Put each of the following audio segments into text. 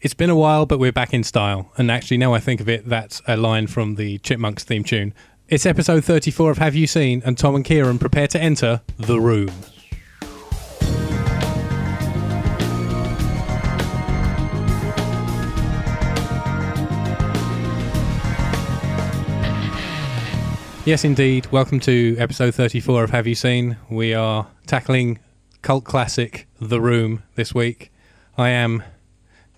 It's been a while, but we're back in style. And actually, now I think of it, that's a line from the Chipmunks theme tune. It's episode 34 of Have You Seen? And Tom and Kieran prepare to enter the room. Yes, indeed. Welcome to episode 34 of Have You Seen? We are tackling cult classic The Room this week. I am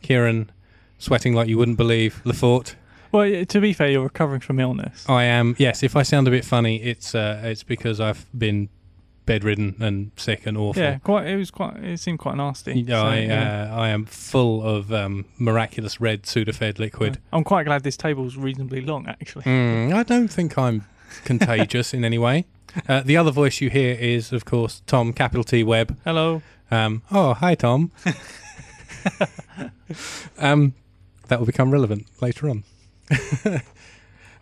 Kieran, sweating like you wouldn't believe, Lefort. Well, yeah, to be fair, you're recovering from illness. I am, yes, if I sound a bit funny, it's uh, it's because I've been bedridden and sick and awful. yeah, quite. It was quite. It seemed quite nasty. You know, So, I, yeah. uh, I am full of um, miraculous red Sudafed liquid. I'm quite glad this table's reasonably long, actually. Mm, I don't think I'm contagious in any way. Uh, the other voice you hear is, of course, Tom Capital T Webb. Hello. Um, oh, hi, Tom. um, that will become relevant later on.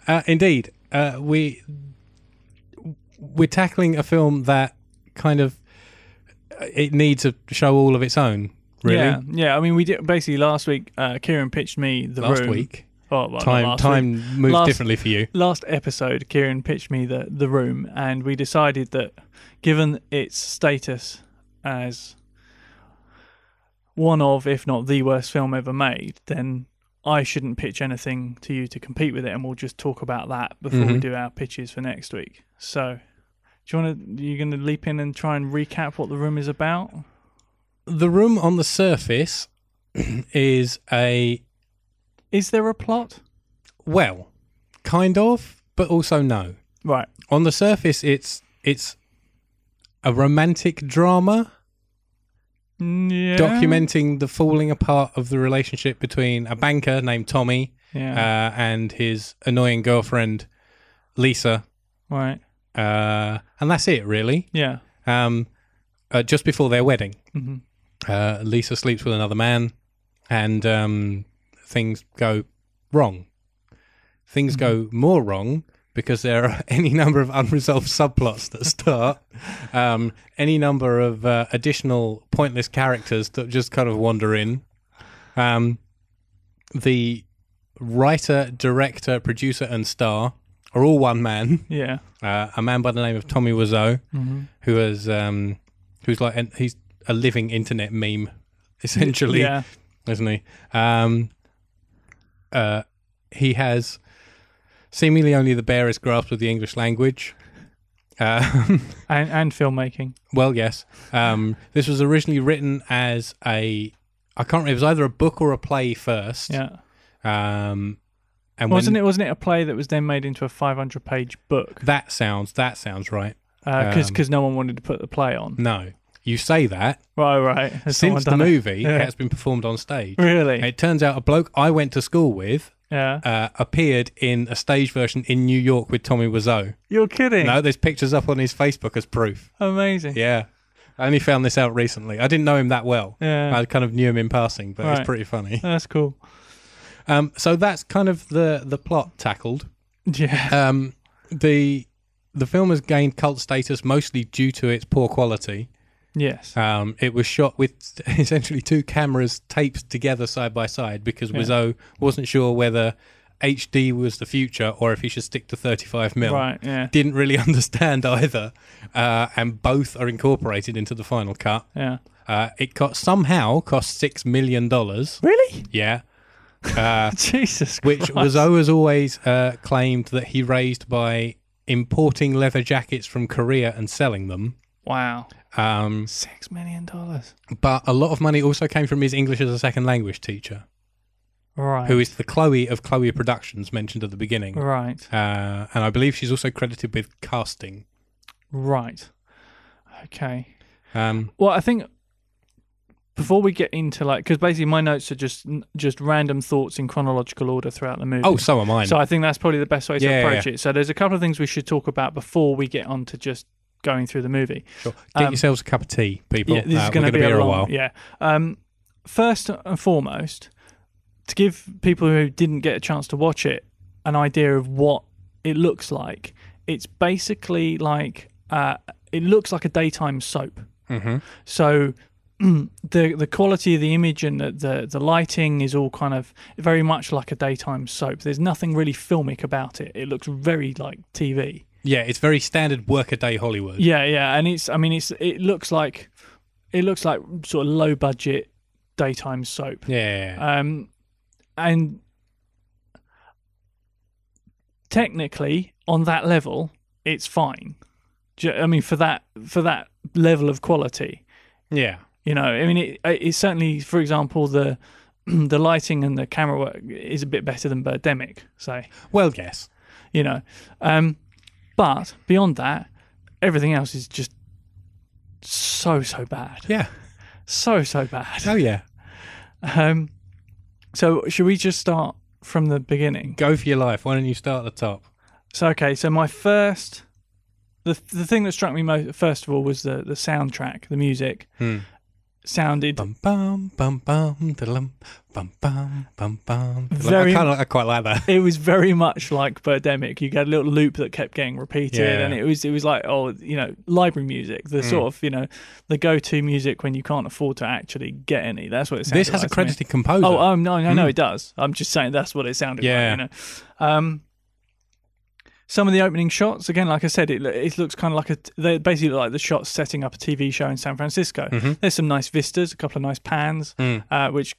uh, indeed, uh, we we're tackling a film that kind of uh, it needs a show all of its own. Really, Yeah. Yeah. I mean, we did basically last week. Uh, Kieran pitched me the last room. week Oh, well, not time last week. time moves Last- differently for you. Last episode, Kieran pitched me the the room, and we decided that, given its status as one of, if not the worst film ever made, then I shouldn't pitch anything to you to compete with it, and we'll just talk about that before we Mhm. do our pitches for next week. So, do you want to? You're going to leap in and try and recap what the room is about? The room on the surface is a Is there a plot? well, kind of, but also no. Right. on the surface it's it's a romantic drama Mm, Yeah. documenting the falling apart of the relationship between a banker named Tommy uh, Yeah. and his annoying girlfriend Lisa right. uh, and that's it really Yeah. um, uh, just before their wedding hmm uh, Lisa sleeps with another man and um, things go wrong things go more wrong because there are any number of unresolved subplots that start, um, any number of uh, additional pointless characters that just kind of wander in. Um, the writer, director, producer, and star are all one man, Yeah. uh, a man by the name of Tommy Wiseau, Mm-hmm. who has um, who's like an, he's a living internet meme, essentially Yeah. isn't he? Um, uh, he has seemingly only the barest grasp of the English language. Uh, And and filmmaking. well, yes. Um, this was originally written as a, I can't remember, it was either a book or a play first. Yeah. Um, and Wasn't when, it? Wasn't it a play that was then made into a 500-page book? That sounds, that sounds right. Because Um, no one wanted to put the play on. No. You say that. Right, right. Has someone Since the done it? movie, Yeah. it has been performed on stage. Really? It turns out a bloke I went to school with yeah. uh, appeared in a stage version in New York with Tommy Wiseau. You're kidding. No, there's pictures up on his Facebook as proof. Amazing. Yeah. I only found this out recently. I didn't know him that well. Yeah. I kind of knew him in passing, but it's Right. pretty funny. That's cool. Um, so that's kind of the, the plot tackled. Yeah. Um, the the film has gained cult status mostly due to its poor quality. Yes. Um, it was shot with essentially two cameras taped together side by side because Wiseau wasn't sure whether HD was the future or if he should stick to 35 mil. Right. Yeah. didn't really understand either, uh, and both are incorporated into the final cut. Yeah. Uh, it cost somehow cost six million dollars. Really? Yeah, uh, Jesus. which Christ. Wiseau has always uh, claimed that he raised by importing leather jackets from Korea and selling them. wow. Um, Six million dollars. but a lot of money also came from his English as a second language teacher, Right. who is the Chloe of Chloe Productions mentioned at the beginning. right. Uh, and I believe she's also credited with casting. Right. Okay. Um, Well, I think before we get into like, because basically my notes are just just random thoughts in chronological order throughout the movie. oh, so am I. So I think that's probably the best way to Yeah, approach it. So there's a couple of things we should talk about before we get on to just going through the movie. Sure. Get Um, yourselves a cup of tea, people. Yeah, this Uh, is we're going to gonna be, a, here long, a while. Yeah. Um, first and foremost, to give people who didn't get a chance to watch it an idea of what it looks like, it's basically like uh, it looks like a daytime soap. Mhm. So the the quality of the image and the, the the lighting is all kind of very much like a daytime soap. There's nothing really filmic about it. It looks very like TV. Yeah, it's very standard workaday Hollywood. Yeah, yeah, and it's I mean it's it looks like it looks like sort of low budget daytime soap. Yeah. Um, and technically, on that level, it's fine. Do you- I mean, for that for that level of quality, Yeah. you know, I mean, it, uh, it's certainly, for example, the the lighting and the camera work is a bit better than Birdemic, say, Well, yes. you know. Um, but beyond that, everything else is just so so bad, Yeah. so so bad. Oh, yeah. Um, so should we just start from the beginning? Go for your life. Why don't you start at the top? So okay, so my first, the the thing that struck me most first of all was the the soundtrack, the music Hmm. sounded Bum bum bum bum da-lum, bum bum bum bum. da-lum. Very- I, kind of, I quite like that. it was very much like Birdemic. You got a little loop that kept getting repeated, Yeah. Mm. and it was it was like oh, you know, library music, the sort of you know, the go-to music when you can't afford to actually get any. That's what it sounded This has a like to me. credited composer. Oh, um, no, no, no, it does. I'm just saying that's what it sounded Hmm. Yeah. like. You know, um, some of the opening shots again, like I said, it lo- it looks kind of like a they basically look like the shots setting up a TV show in San Francisco. Mm-hmm. There's some nice vistas, a couple of nice pans, Hmm. uh, which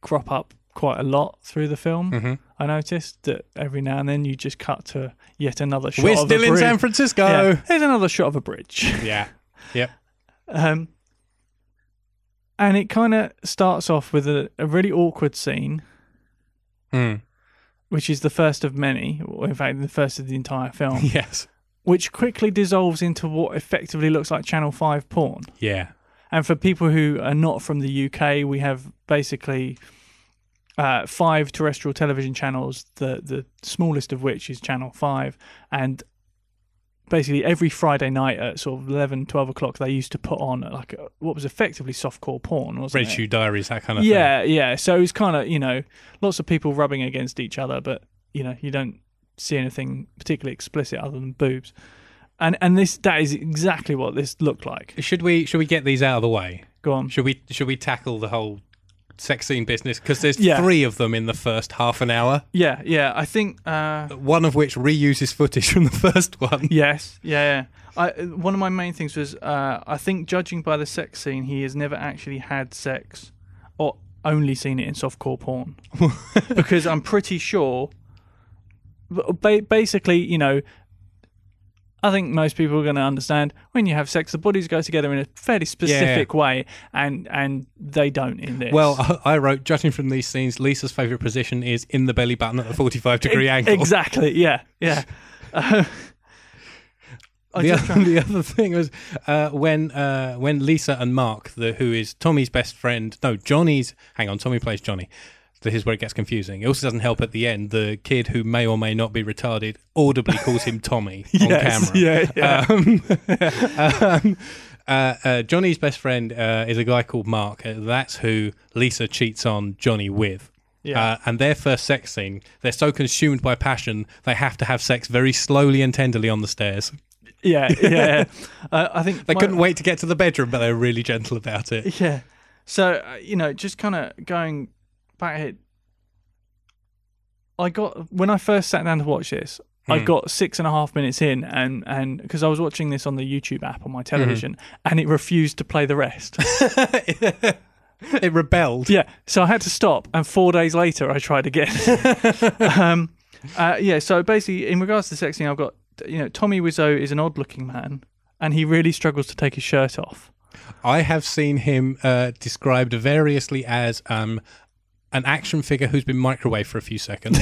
crop up quite a lot through the film. Mm-hmm. I noticed that every now and then you just cut to yet another shot. We're of still a in bridge. San Francisco. Yeah, there's another shot of a bridge. yeah. Yep. Um, and it kind of starts off with a, a really awkward scene, Mm. which is the first of many, or in fact, the first of the entire film, Yes. which quickly dissolves into what effectively looks like Channel 5 porn. Yeah. And for people who are not from the UK, we have basically uh, five terrestrial television channels, the, the smallest of which is Channel 5. And basically every Friday night at sort of 11, 12 o'clock, they used to put on like a, what was effectively softcore porn, wasn't Red it? Shoe Diaries, that kind of thing. Yeah, yeah. So it was kind of, you know, lots of people rubbing against each other, but, you know, you don't see anything particularly explicit other than boobs. And and this that is exactly what this looked like. Should we should we get these out of the way? Go on. Should we should we tackle the whole sex scene business? Because there's Yeah. three of them in the first half an hour. Yeah, yeah. I think uh, One of which reuses footage from the first one. yes, yeah, yeah. I one of my main things was uh, I think judging by the sex scene, he has never actually had sex or only seen it in softcore porn because I'm pretty sure. uh, ba- Basically, you know, I think most people are going to understand when you have sex, the bodies go together in a fairly specific way, and and they don't in this. Well, I- I wrote, judging from these scenes, Lisa's favourite position is in the belly button at the 45 degree angle. exactly, yeah, yeah. Uh, I The just other, the other thing was uh, when uh, when Lisa and Mark, the, who is Tommy's best friend, no Johnny's. Hang on, Tommy plays Johnny. This is where it gets confusing. It also doesn't help at the end. The kid who may or may not be retarded audibly calls him Tommy on Yes, camera. Yeah, yeah. Um, um, uh, uh, Johnny's best friend uh, is a guy called Mark. Uh, That's who Lisa cheats on Johnny with. Yeah. Uh, and their first sex scene, they're so consumed by passion, they have to have sex very slowly and tenderly on the stairs. yeah, yeah. yeah. Uh, I think They my- couldn't wait to get to the bedroom, but they were really gentle about it. Yeah. So uh, you know, just kind of going back ahead. I got when I first sat down to watch this, I got six and a half minutes in, and and because I was watching this on the YouTube app on my television, and it refused to play the rest. it rebelled. yeah. So I had to stop, and four days later, I tried again. um, uh, yeah. So basically, in regards to the sexing, I've got you know Tommy Wiseau is an odd-looking man, and he really struggles to take his shirt off. I have seen him uh, described variously as um, an action figure who's been microwaved for a few seconds,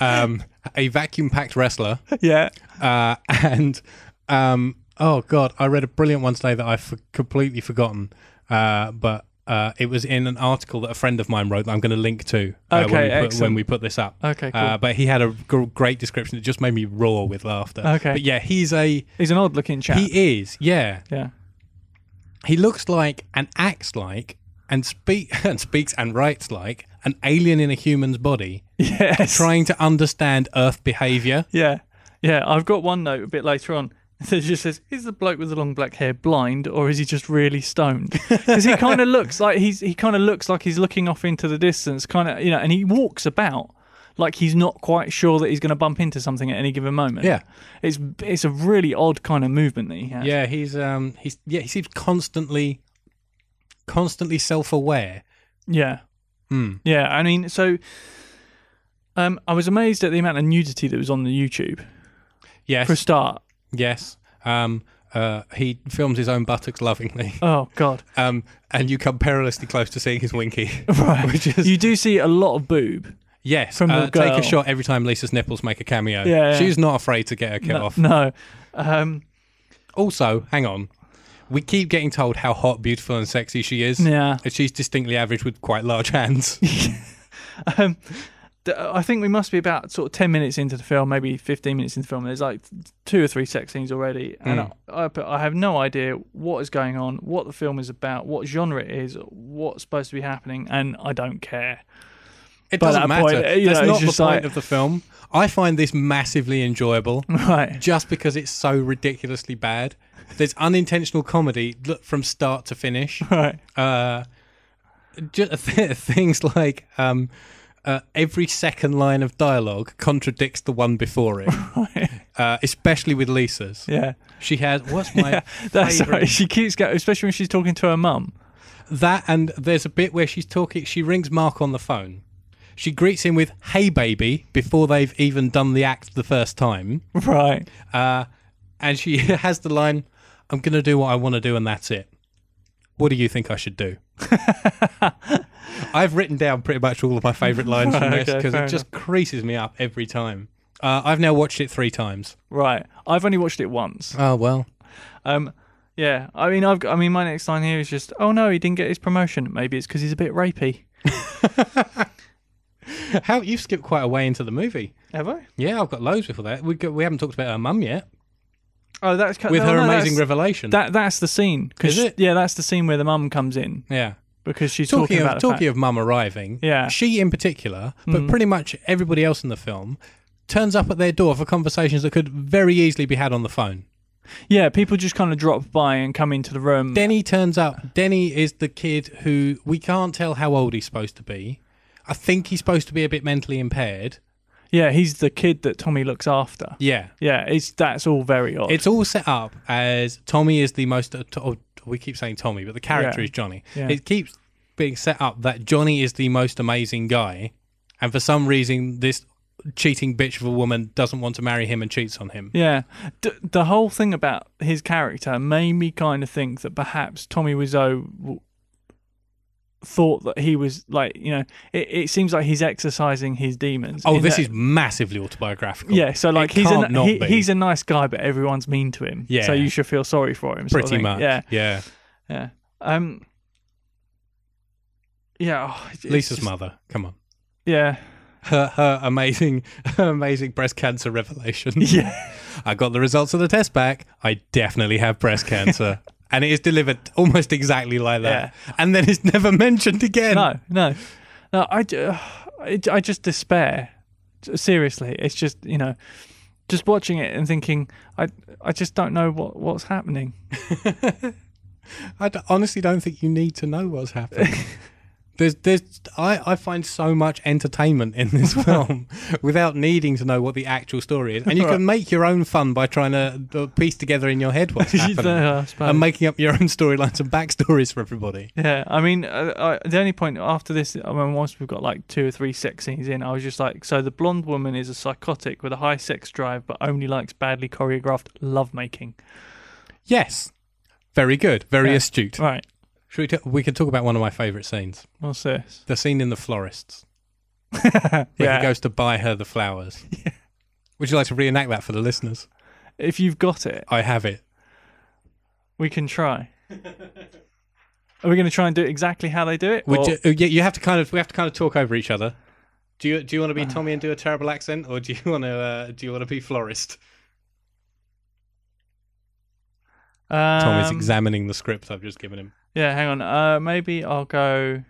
um, a vacuum packed wrestler, yeah. uh, and um, oh god, I read a brilliant one today that I've for- completely forgotten, uh, but. Uh, it was in an article that a friend of mine wrote that I'm going to link to uh, Okay, when, we put, when excellent. we put this up. Okay, cool. Uh, but he had a gr- great description that just made me roar with laughter. Okay. But yeah, he's a He's an odd-looking chap. he is yeah yeah. he looks like and acts like and speak and speaks and writes like an alien in a human's body Yes. trying to understand earth behavior Yeah. Yeah. I've got one note a bit later on. It just says, "Is the bloke with the long black hair blind, or is he just really stoned?" Because he kind of looks like he's he kind of looks like he's looking off into the distance, kind of you know, and he walks about like he's not quite sure that he's going to bump into something at any given moment. Yeah. it's it's a really odd kind of movement that he has. Yeah, he's um he's yeah, he seems constantly constantly self-aware. yeah, Hmm. yeah. I mean, so um, I was amazed at the amount of nudity that was on the YouTube Yes. for a start. yes. Um uh, he films his own buttocks lovingly, Oh God, um, and you come perilously close to seeing his winky. right? Which is- you do see a lot of boob. Yes, From the uh, take girl. a shot every time Lisa's nipples make a cameo. Yeah, yeah. she's not afraid to get her kill no, off. no. Um, Also, hang on, we keep getting told how hot, beautiful, and sexy she is. yeah. And She's distinctly average with quite large hands. um, th- I think we must be about sort of 10 minutes into the film, maybe 15 minutes into the film. There's like two or three sex scenes already. And Mm. I, I, put- I have no idea what is going on, what the film is about, what genre it is, what's supposed to be happening, and I don't care. It By doesn't that point, matter. uh, you That's know, it's not the just point like- of the film. I find this massively enjoyable Right. just because it's so ridiculously bad. There's unintentional comedy look, from start to finish. Right. Uh, ju- things like um, uh, every second line of dialogue contradicts the one before it, uh, especially with Lisa's. Yeah. She has what's my That's favorite? right. She keeps going, especially when she's talking to her mum. That and there's a bit where she's talking. She rings Mark on the phone. She greets him with "Hey, baby" before they've even done the act the first time, Right. uh, and she has the line, "I'm gonna do what I want to do, and that's it." What do you think I should do? I've written down pretty much all of my favourite lines from this Okay, because fair it just creases me up every time. Uh, I've now watched it three times. Right. I've only watched it once. Oh well, Um, yeah. I mean, I've. Got, I mean, my next line here is just, oh no, he didn't get his promotion. Maybe it's because he's a bit rapey. how you've skipped quite a way into the movie. Have I? Yeah, I've got loads before that. We go, we haven't talked about her mum yet Oh, that's ca- with no, her no, amazing that's- revelation. That that's the scene. 'cause- Is it? Yeah, that's the scene where the mum comes in yeah. because she's talking, talking, about of the talking of mum arriving, Yeah. Mm. she in particular, but pretty much everybody else in the film turns up at their door for conversations that could very easily be had on the phone. fact- yeah, people just kind of drop by and come into the room. Denny turns up. Denny is the kid who we can't tell how old he's supposed to be. I think he's supposed to be a bit mentally impaired. yeah, he's the kid that Tommy looks after. Yeah. Yeah, it's that's all very odd. It's all set up as Tommy is the most. uh, to- oh, we keep saying Tommy, but the character Yeah. is Johnny. Yeah. It keeps being set up that Johnny is the most amazing guy, and for some reason, this cheating bitch of a woman doesn't want to marry him and cheats on him. yeah, D- the whole thing about his character made me kind of think that perhaps Tommy Wiseau w- thought that he was like you know it, it seems like he's exercising his demons. Oh, in this that- is massively autobiographical. Yeah, so like he's can't a, not he, be. he's a nice guy, but everyone's mean to him. Yeah. so you should feel sorry for him. sort of pretty thing. much. Yeah, yeah. yeah. Um, yeah. oh, it's- it's Lisa's just- mother. Come on. Yeah, Her, her amazing, her amazing breast cancer revelation. yeah, I got the results of the test back. I definitely have breast cancer. and it is delivered almost exactly like that. And then it's never mentioned again. no, no, no. I, ju- uh, I, I just despair. Seriously, it's just you know, just watching it and thinking, I, I just don't know what what's happening. I d- honestly don't think you need to know what's happening. There's, there's, I, I find so much entertainment in this film without needing to know what the actual story is, and you can make your own fun by trying to uh, piece together in your head what's happening Um, Yeah, I suppose. and making up your own storylines and backstories for everybody. Yeah, I mean, uh, I, the only point after this, I mean, once we've got like two or three sex scenes in, I was just like, so the blonde woman is a psychotic with a high sex drive, but only likes badly choreographed lovemaking. Yes, very good, very Yeah. astute. Right, Should we, t- we could talk about one of my favourite scenes, what's this? the scene in the florist's where yeah, he goes to buy her the flowers. Would you like to reenact that for the listeners? if you've got it, I have it. we can try. Are we going to try and do it exactly how they do it? Would Or- you, oh, yeah, you have to kind of we have to kind of talk over each other. Do you do you want to be Tommy and do a terrible accent, or do you want to uh, do you want to be florist? Tommy's Um, examining the script I've just given him. Yeah, hang on. Uh, maybe I'll go.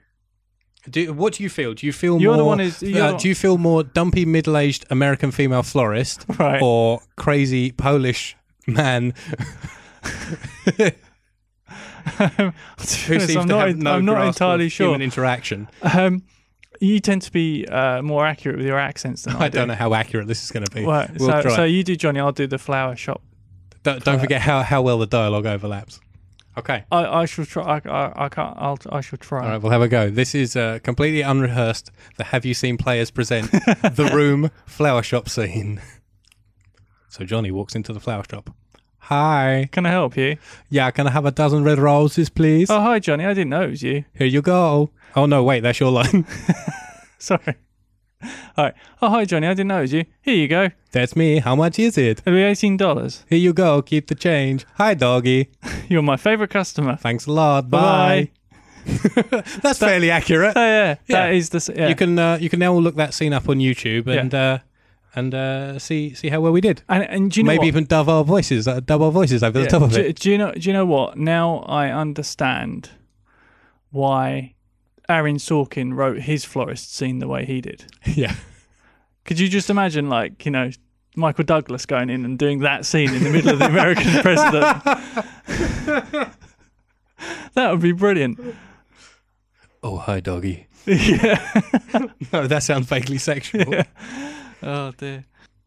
Do what do you feel? Do you feel You're more? the one who's- you're uh, the- do you feel more dumpy middle-aged American female florist Right. or crazy Polish man um, who seems to I'm not, have no I'm not grasp of entirely sure. human interaction. Um, you tend to be uh, more accurate with your accents than I, I don't know how accurate this is going to be. Right, We'll so, try. so you do Johnny, I'll do the flower shop. don't, don't forget how, how well the dialogue overlaps. Okay. I, I shall try. I, I, I can't. I'll, I shall try. All right, we'll have a go. This is uh, completely unrehearsed. The Have You Seen Players present the room flower shop scene. So Johnny walks into the flower shop. Hi. Can I help you? Yeah, can I have a dozen red roses, please? Oh, hi, Johnny. I didn't know it was you. Here you go. Oh, no, wait, that's your line. Sorry. All right. Oh, hi, Johnny. I didn't know it was you. Here you go. that's me. How much is it? It'll be eighteen dollars. Here you go. Keep the change. Hi, doggy. You're my favorite customer. Thanks a lot. Bye. That's fairly accurate. Oh yeah, Yeah. that is the. s- Yeah. You can uh, you can now look that scene up on YouTube and uh, and uh, see see how well we did. and, and do you know Maybe what? even dub our voices, uh, dub our voices over Yeah. the top of do, it. do you know? Do you know what? Now I understand why Aaron Sorkin wrote his florist scene the way he did. yeah. Could you just imagine, like, you know, Michael Douglas going in and doing that scene in the middle of the American president? that would be brilliant. Oh, hi, doggy. yeah. No, that sounds vaguely sexual. Oh dear.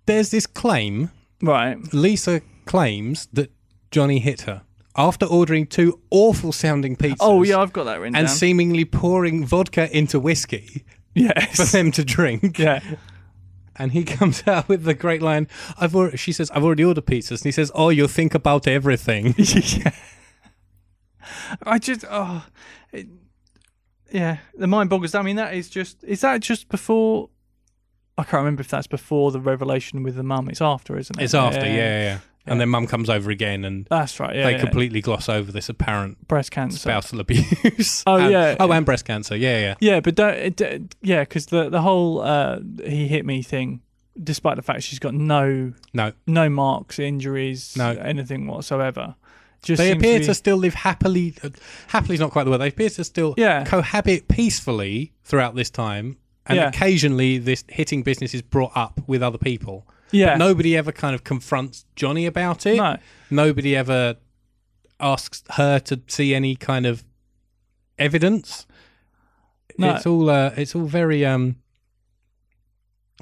There's this claim. Right. Lisa claims that Johnny hit her after ordering two awful sounding pizzas. Oh yeah, I've got that written And down. seemingly pouring vodka into whiskey for yes. them to drink. yeah. And he comes out with the great line. I've already, she says, I've already ordered pizzas. And he says, Oh, you'll think about everything. yeah. I just oh, it, yeah. The mind boggles. down. I mean, that is just is that just before? I can't remember if that's before the revelation with the mum. It's after, isn't it? It's after, yeah, yeah. yeah. And then mum comes over again and That's right. Yeah. they Oh, yeah. completely gloss over this apparent breast cancer. spousal abuse. Oh, And- yeah. Oh, and breast cancer. Yeah, yeah. Yeah, but don't. It, it- yeah, because the the whole uh, he hit me thing, despite the fact she's got no No. no marks, injuries, No. anything whatsoever. Just They seems appear be- to still live happily. Uh, happily is not quite the word. They appear to still Yeah. cohabit peacefully throughout this time. And Yeah. occasionally, this hitting business is brought up with other people. yeah. But nobody ever kind of confronts Johnny about it. no. Nobody ever asks her to see any kind of evidence. No. It's all. Uh, it's all very. Um,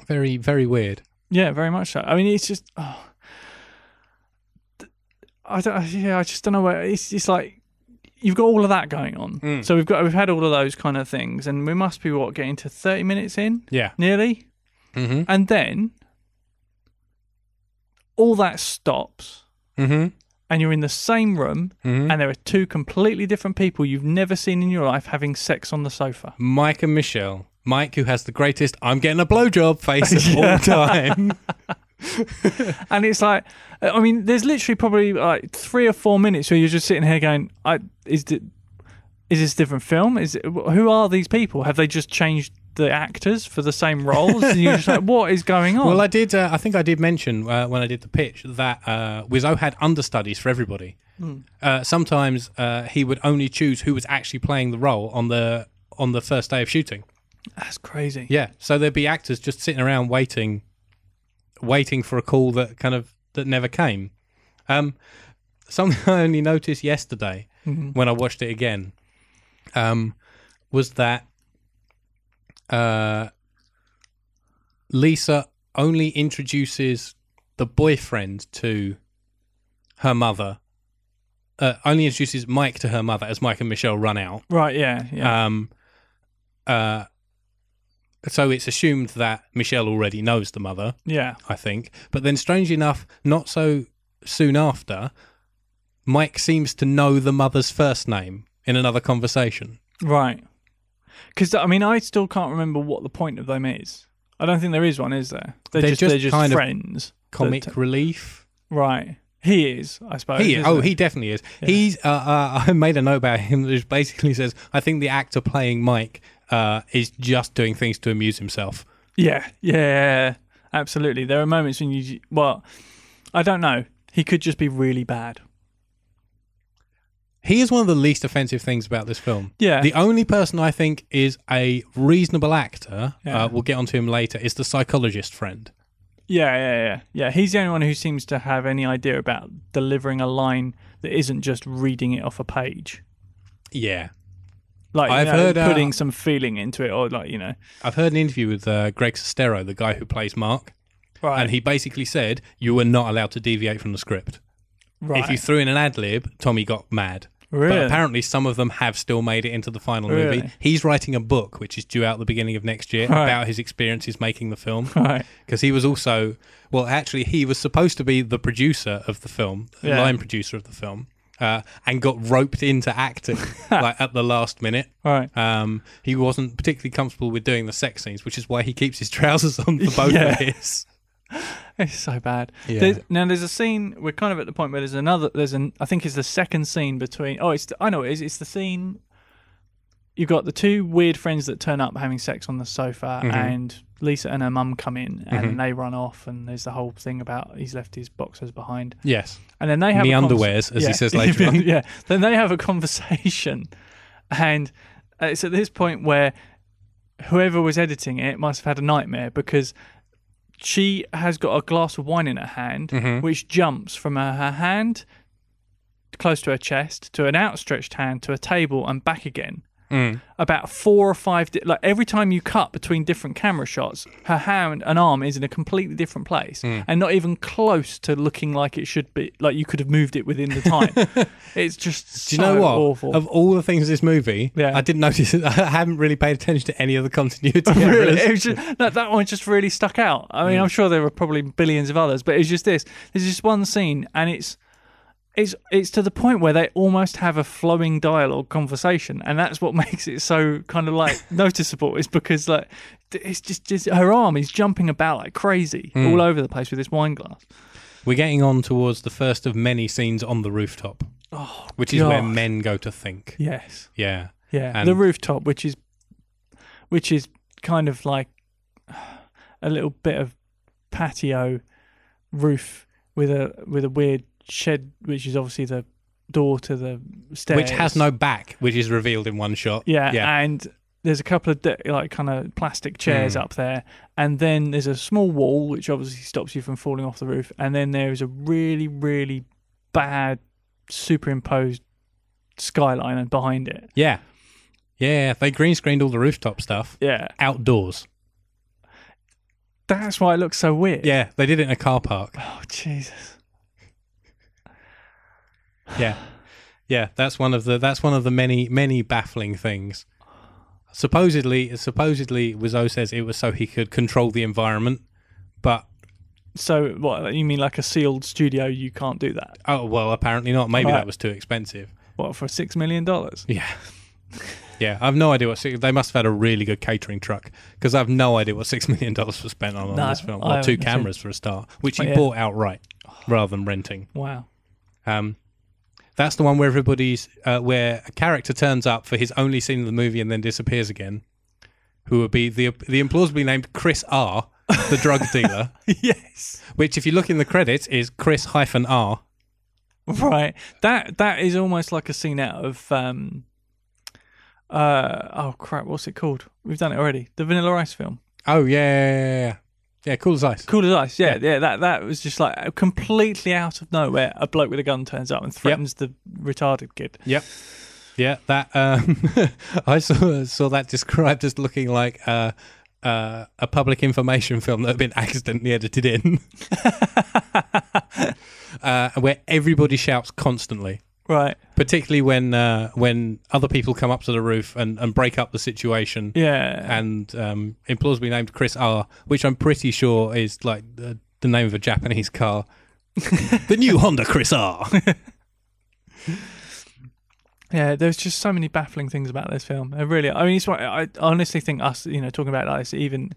very, very weird. Yeah, very much so. I mean, it's just. Oh. Th- I don't. Yeah, I just don't know where it's. It's like you've got all of that going on. Mm. So we've got we've had all of those kind of things, and we must be what getting to thirty minutes in Yeah. nearly, Mm-hmm. and then all that stops. Mm-hmm. and you're in the same room Mm-hmm. and there are two completely different people you've never seen in your life having sex on the sofa. Mike and Michelle. Mike, who has the greatest "I'm getting a blowjob" face of all time. And it's like, uh, I mean, there's literally probably like three or four minutes where you're just sitting here going, I, is, it, is this a different film? Is it, Who are these people? Have they just changed the actors for the same roles? and you're just like, what is going on? well, I did. Uh, I think I did mention uh, when I did the pitch that uh, Wizzo had understudies for everybody. Uh, sometimes uh, he would only choose who was actually playing the role on the on the first day of shooting. That's crazy. Yeah, so there'd be actors just sitting around waiting, waiting for a call that kind of that never came. Um, something I only noticed yesterday when I watched it again um, was that uh, Lisa only introduces the boyfriend to her mother. Uh, only introduces Mike to her mother as Mike and Michelle run out. Right, yeah, yeah. Um, uh, so it's assumed that Michelle already knows the mother, yeah. I think. But then, strangely enough, not so soon after, Mike seems to know the mother's first name in another conversation. Right. Because, I mean, I still can't remember what the point of them is. I don't think there is one, is there? They're, They're just, just they're just kind of friends. Comic That- relief. Right. He is, I suppose. He, isn't oh, he definitely is. He's. Uh, uh, I made a note about him that just basically says, "I think the actor playing Mike uh, is just doing things to amuse himself." Yeah, yeah, absolutely. There are moments when you, well, I don't know. He could just be really bad. He is one of the least offensive things about this film. Yeah. The only person I think is a reasonable actor, Yeah. uh, we'll get onto him later, is the psychologist friend. Yeah, yeah, yeah. Yeah, he's the only one who seems to have any idea about delivering a line that isn't just reading it off a page. Yeah. Like you I've know, heard, uh, putting some feeling into it or like, you know. I've heard an interview with uh, Greg Sestero, the guy who plays Mark, Right. and he basically said you were not allowed to deviate from the script. right. If you threw in an ad lib, Tommy got mad. But Really? apparently, some of them have still made it into the final movie. Really? He's writing a book, which is due out the beginning of next year, Right. about his experiences making the film. right. Because he was also, well, actually, he was supposed to be the producer of the film, the Yeah. line producer of the film, uh, and got roped into acting like at the last minute. Right. Um, he wasn't particularly comfortable with doing the sex scenes, which is why he keeps his trousers on for both Yeah. of his. It's so bad. Yeah. There's, now there's a scene. We're kind of at the point where there's another. There's an. I think it's the second scene between. Oh, it's. The, I know it is. It's the scene. You've got the two weird friends that turn up having sex on the sofa, and Lisa and her mum come in, and they run off, and there's the whole thing about he's left his boxers behind, Yes. and then they have The a convers- underwears, as he says later on. yeah. Then they have a conversation, and uh, it's at this point where whoever was editing it must have had a nightmare because she has got a glass of wine in her hand, Mm-hmm. which jumps from her, her hand close to her chest to an outstretched hand to a table and back again. Mm. About four or five, di- like every time you cut between different camera shots, her hand and arm is in a completely different place Mm. and not even close to looking like it should be. Like you could have moved it within the time. it's just Do you so know what? awful. Of all the things in this movie, Yeah. Oh, I didn't notice. I haven't really paid attention to any of the continuity. errors. really, Hmm. it was just, that, that one just really stuck out. I mean, I'm sure there were probably billions of others, but it's just this. There's just one scene, and it's it's it's to the point where they almost have a flowing dialogue conversation, and that's what makes it so kind of like noticeable. Is because like d- it's just, just her arm is jumping about like crazy all over the place with this wine glass. We're getting on towards the first of many scenes on the rooftop, which is where Oh, God. men go to think. Yes, Yeah. yeah, And- the rooftop, which is which is kind of like a little bit of patio roof with a with a weird shed, which is obviously the door to the stairs, Which has no back, which is revealed in one shot. yeah, uh, Yeah. and there's a couple of de- like kind of plastic Hmm. chairs up there, and then there's a small wall which obviously stops you from falling off the roof, and then there is a really really bad superimposed skyline and behind it. yeah. Yeah. They green screened all the rooftop stuff Yeah, outdoors. that's why it looks so weird. Yeah. They did it in a car park. Oh Jesus. Yeah. Yeah. That's one of the that's one of the many, many baffling things. Supposedly supposedly Wiseau says it was so he could control the environment, but So what you mean like a sealed studio? You can't do that. oh well apparently not. Maybe Right. that was too expensive. What for six million dollars? Yeah. Yeah, I've no idea what six, they must have had a really good catering truck because I've no idea what six million dollars was spent on, on No, this film. I Well, two haven't seen- Oh, cameras for a start, which he yeah. bought outright rather than renting. Wow. Um, that's the one where everybody's uh, where a character turns up for his only scene in the movie and then disappears again, who would be the the implausibly named Chris R, the drug dealer, yes. which if you look in the credits is Chris hyphen R. Right. That that is almost like a scene out of um uh oh crap, what's it called? We've done it already. The Vanilla Ice film. Oh yeah, yeah, yeah, yeah. yeah cool as ice. Cool as Ice. Yeah, yeah, that that was just like completely out of nowhere a bloke with a gun turns up and threatens the retarded kid. Yep. Yeah, that um, I saw saw that described as looking like uh, uh, a public information film that had been accidentally edited in, uh, where everybody shouts constantly, Right. particularly when uh, when other people come up to the roof and, and break up the situation. Yeah. And um, implausibly named Chris R, which I'm pretty sure is like the, the name of a Japanese car, the new Honda Chris R. Yeah, there's just so many baffling things about this film. I really, I mean, it's why I honestly think us, you know, talking about like this, even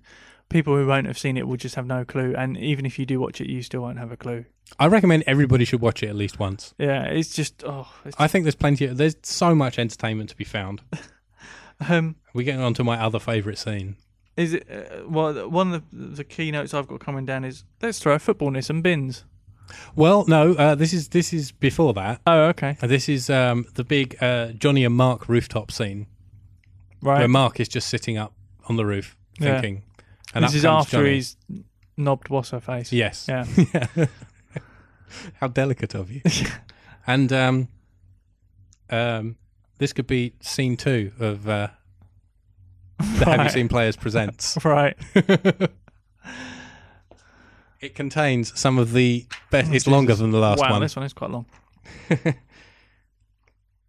people who won't have seen it will just have no clue. And even if you do watch it, you still won't have a clue. I recommend everybody should watch it at least once. Yeah, it's just oh, it's I think there's plenty. Of, there's so much entertainment to be found. um, We're getting on to my other favourite scene. Is it uh, well? One of the, the keynotes I've got coming down is let's throw a football near some bins. Well, no, uh, this is this is before that. Oh, okay, This is um, the big uh, Johnny and Mark rooftop scene right. where Mark is just sitting up on the roof Yeah. thinking. And this up is comes after Johnny. he's knobbed what's her face. Yes. Yeah. How delicate of you. and um, um, this could be scene two of uh, the Have You Right. Seen Players Presents. Right. it contains some of the best. It's longer than the last wow, one. this one is quite long.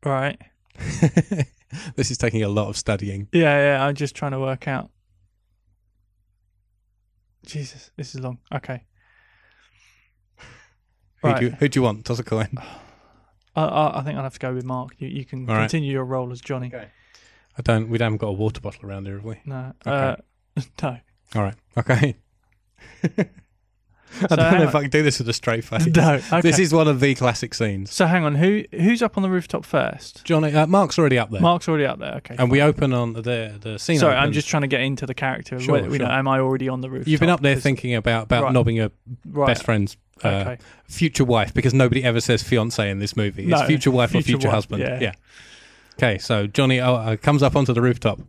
right. this is taking a lot of studying. Yeah, yeah. I'm just trying to work out. Jesus, this is long. Okay. Who, Right. do, you, who do you want? Toss a coin. I, I, I think I'll have to go with Mark. You, you can All right. continue your role as Johnny. I don't. We haven't got a water bottle around here, have we? No. Okay. Uh, no. All right. Okay. I So don't hang know if on. I can do this with a straight face. No. Okay. This is one of the classic scenes. so hang on. Who Who's up on the rooftop first? Johnny, uh, Mark's already up there, Mark's already up there. Okay. and we open on the the scene. Sorry, I'm opens. just trying to get into the character. Sure, Sure, we know, sure. am I already on the roof? You've been up there thinking about about Right. knobbing your right, best friend's uh, okay. future wife because nobody ever says fiance in this movie. It's No, future wife or future future wife, husband. yeah. Okay, so Johnny oh, uh, comes up onto the rooftop.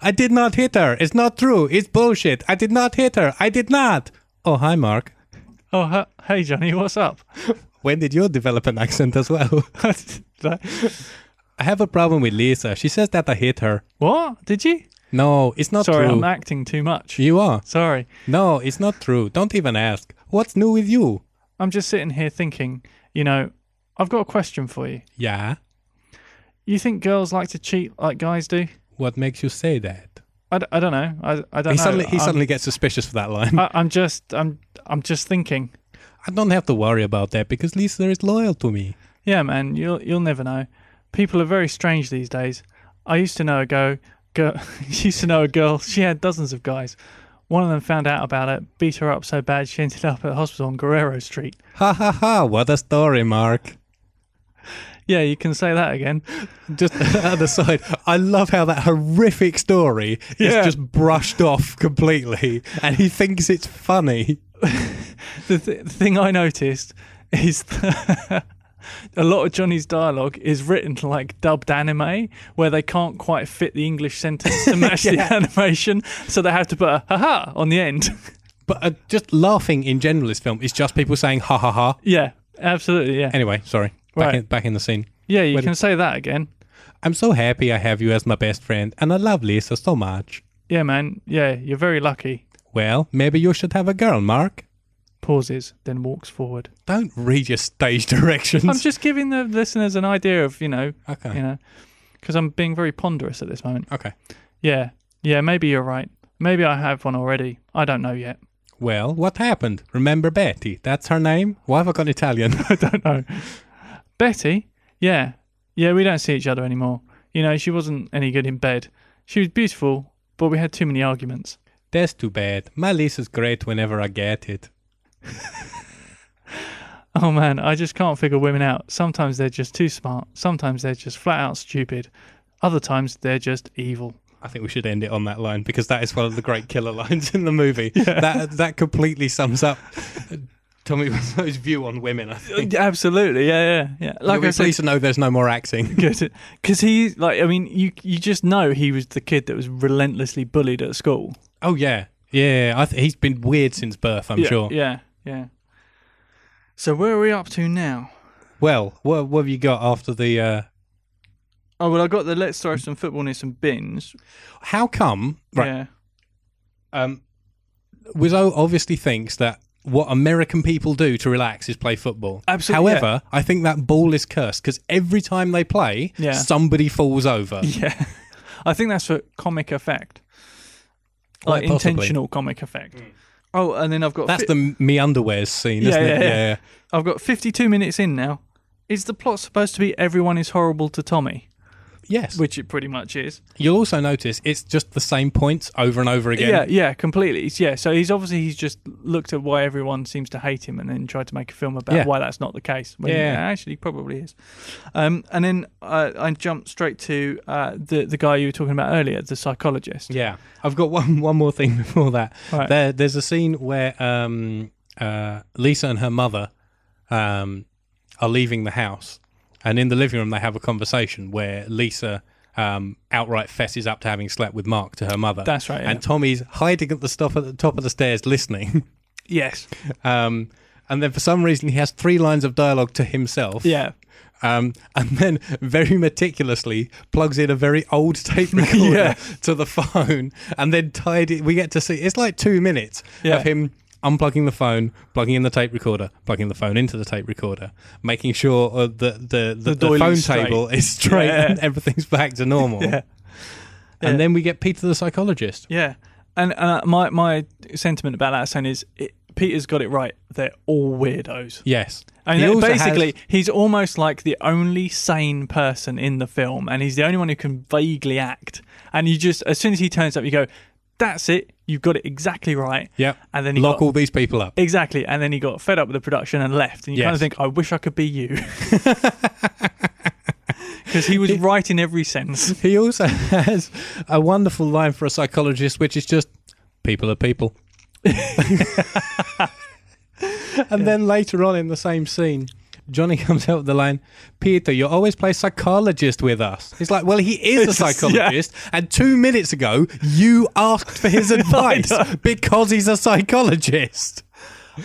I did not hit her. It's not true. It's bullshit. I did not hit her. I did not. Oh, hi, Mark. Oh, he- hey Johnny, what's up? When did you develop an accent as well? I have a problem with Lisa. She says that I hit her. what did you? No, it's not Sorry, true. I'm acting too much. you are. Sorry, No, it's not true. Don't even ask. What's new with you? I'm just sitting here thinking. You know, I've got a question for you. Yeah. You think girls like to cheat like guys do? What makes you say that? I, d- I don't know. I, I don't He know. suddenly he I'm, suddenly gets suspicious for that line. I, I'm just I'm I'm just thinking. I don't have to worry about that because Lisa is loyal to me. Yeah, man, you'll you'll never know. People are very strange these days. I used to know a go, girl, used to know a girl. She had dozens of guys. One of them found out about it, beat her up so bad she ended up at the hospital on Guerrero Street. Ha ha ha! What a story, Mark. Yeah, you can say that again. Just the other side, I love how that horrific story Yeah. is just brushed off completely, and he thinks it's funny. The, th- the thing I noticed is that a lot of Johnny's dialogue is written like dubbed anime, where they can't quite fit the English sentence to match the animation, so they have to put a haha on the end. But uh, just laughing in general, this film is just people saying ha ha ha. yeah, absolutely. Yeah, Anyway, sorry. Back Right. in back in the scene. yeah, you Wait a- can say that again. I'm so happy I have you as my best friend, and I love Lisa so much. Yeah, man. Yeah, you're very lucky. Well, maybe you should have a girl, Mark. Pauses, then walks forward. Don't read your stage directions. I'm just giving the listeners an idea of, you know, okay. you know, because I'm being very ponderous at this moment. Okay. Yeah, yeah, maybe you're right. Maybe I have one already. I don't know yet. Well, what happened? Remember Betty? That's her name? Why have I got Italian? don't know. Betty? Yeah. Yeah, we don't see each other anymore. You know, she wasn't any good in bed. She was beautiful, but we had too many arguments. That's too bad. My lease is great whenever I get it. Oh man, I just can't figure women out. Sometimes they're just too smart. Sometimes they're just flat out stupid. Other times they're just evil. I think we should end it on that line because that is one of the great killer lines in the movie. That that completely sums up Tommy Wiseau's view on women. I think. Uh, Absolutely, yeah, yeah, yeah. Like Like I said, pleased to know there's no more acting. because he, like, I mean, you you just know he was the kid that was relentlessly bullied at school. Oh yeah, yeah. I th- he's been weird since birth. I'm yeah, sure. Yeah, yeah. So where are we up to now? Well, what, what have you got after the? Uh, Oh well, I got the let's throw some football near some bins. how come? Right. Yeah. Um, Wiseau obviously thinks that what American people do to relax is play football. Absolutely, However, I think that ball is cursed because every time they play, Yeah. somebody falls over. Yeah. I think that's for comic effect, like Quite possibly. intentional comic effect. Oh, and then I've got That's fi- the me underwears scene, isn't Yeah, it? yeah, yeah. I've got 52 minutes in now. Is the plot supposed to be everyone is horrible to Tommy, Yes. which it pretty much is? You'll also notice it's just the same points over and over again. Yeah, yeah, completely. It's- Yeah, so he's obviously he's just looked at why everyone seems to hate him and then tried to make a film about Yeah. why that's not the case. When Yeah. it actually probably is. Um, and then uh, I jumped straight to uh, the the guy you were talking about earlier, the psychologist. Yeah. I've got one one more thing before that. Right. There, there's a scene where um, uh, Lisa and her mother um, are leaving the house, and in the living room they have a conversation where Lisa um, outright fesses up to having slept with Mark to her mother. That's right. Yeah. and Tommy's hiding at the stuff at the top of the stairs listening. Yes. Um, and then for some reason, he has three lines of dialogue to himself. Yeah. Um, and then very meticulously plugs in a very old tape recorder Yeah. to the phone and then tied it. We get to see it's like two minutes Yeah. of him unplugging the phone, plugging in the tape recorder, plugging the phone into the tape recorder, making sure uh, that the, the, the, doily's phone straight. table is straight Yeah. and everything's back to normal. Yeah. Yeah. And then we get Peter the psychologist. Yeah. And uh, my my sentiment about that saying is it, Peter's got it right. They're all weirdos. Yes. I He mean, also has- basically, he's almost like the only sane person in the film, and he's the only one who can vaguely act. And you just, as soon as he turns up, you go, "That's it. You've got it exactly right." Yep. And then he Lock got, all these people up. exactly, and then he got fed up with the production and left. And you kind Yes. of think, "I wish I could be you," because he was right in every sense. He also has a wonderful line for a psychologist, which is just people are people. and then later on in the same scene, Johnny comes out with the line, Peter, you always play psychologist with us. He's like, well, he is a It's- yeah. psychologist. And two minutes ago, you asked for his advice because he's a psychologist.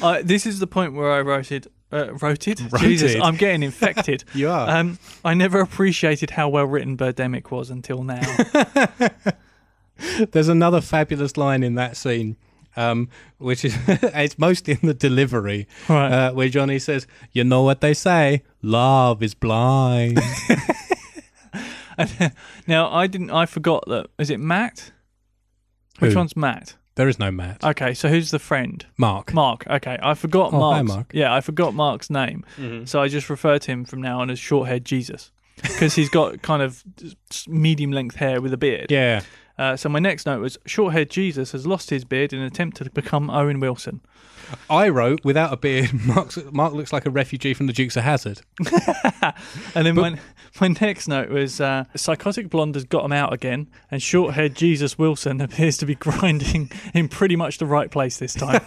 I this is the point where I wrote it. Uh, wrote it? Jesus, Roted. I'm getting infected. You are. Um, I never appreciated how well written Birdemic was until now. There's another fabulous line in that scene, um, which is it's mostly in the delivery, Right. uh, where Johnny says, "You know what they say, love is blind." now I didn't. I forgot that. Is it Matt? Which Who? one's Matt? there is no Matt. Okay, so who's the friend? Mark. Mark. Okay, I forgot Oh, hi, Mark's- Mark. Yeah, I forgot Mark's name. So I just refer to him from now on as short-haired Jesus because he's got kind of medium-length hair with a beard. Yeah, Uh, so my next note was short-haired Jesus has lost his beard in an attempt to become Owen Wilson. I wrote without a beard. Mark's, Mark looks like a refugee from the Dukes of Hazard. And then my, my next note was uh, psychotic blonde has got him out again, and short haired Jesus Wilson appears to be grinding in pretty much the right place this time.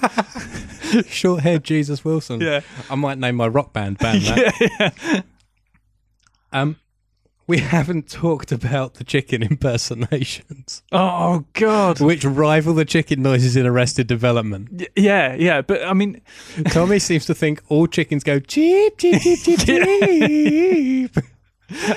Short haired Jesus Wilson. Yeah. I might name my rock band band that. Um, we haven't talked about the chicken impersonations, oh God. which rival the chicken noises in Arrested Development. Y- Yeah, yeah, but I mean, Tommy seems to think all chickens go cheep, cheep, cheep, cheep, cheep.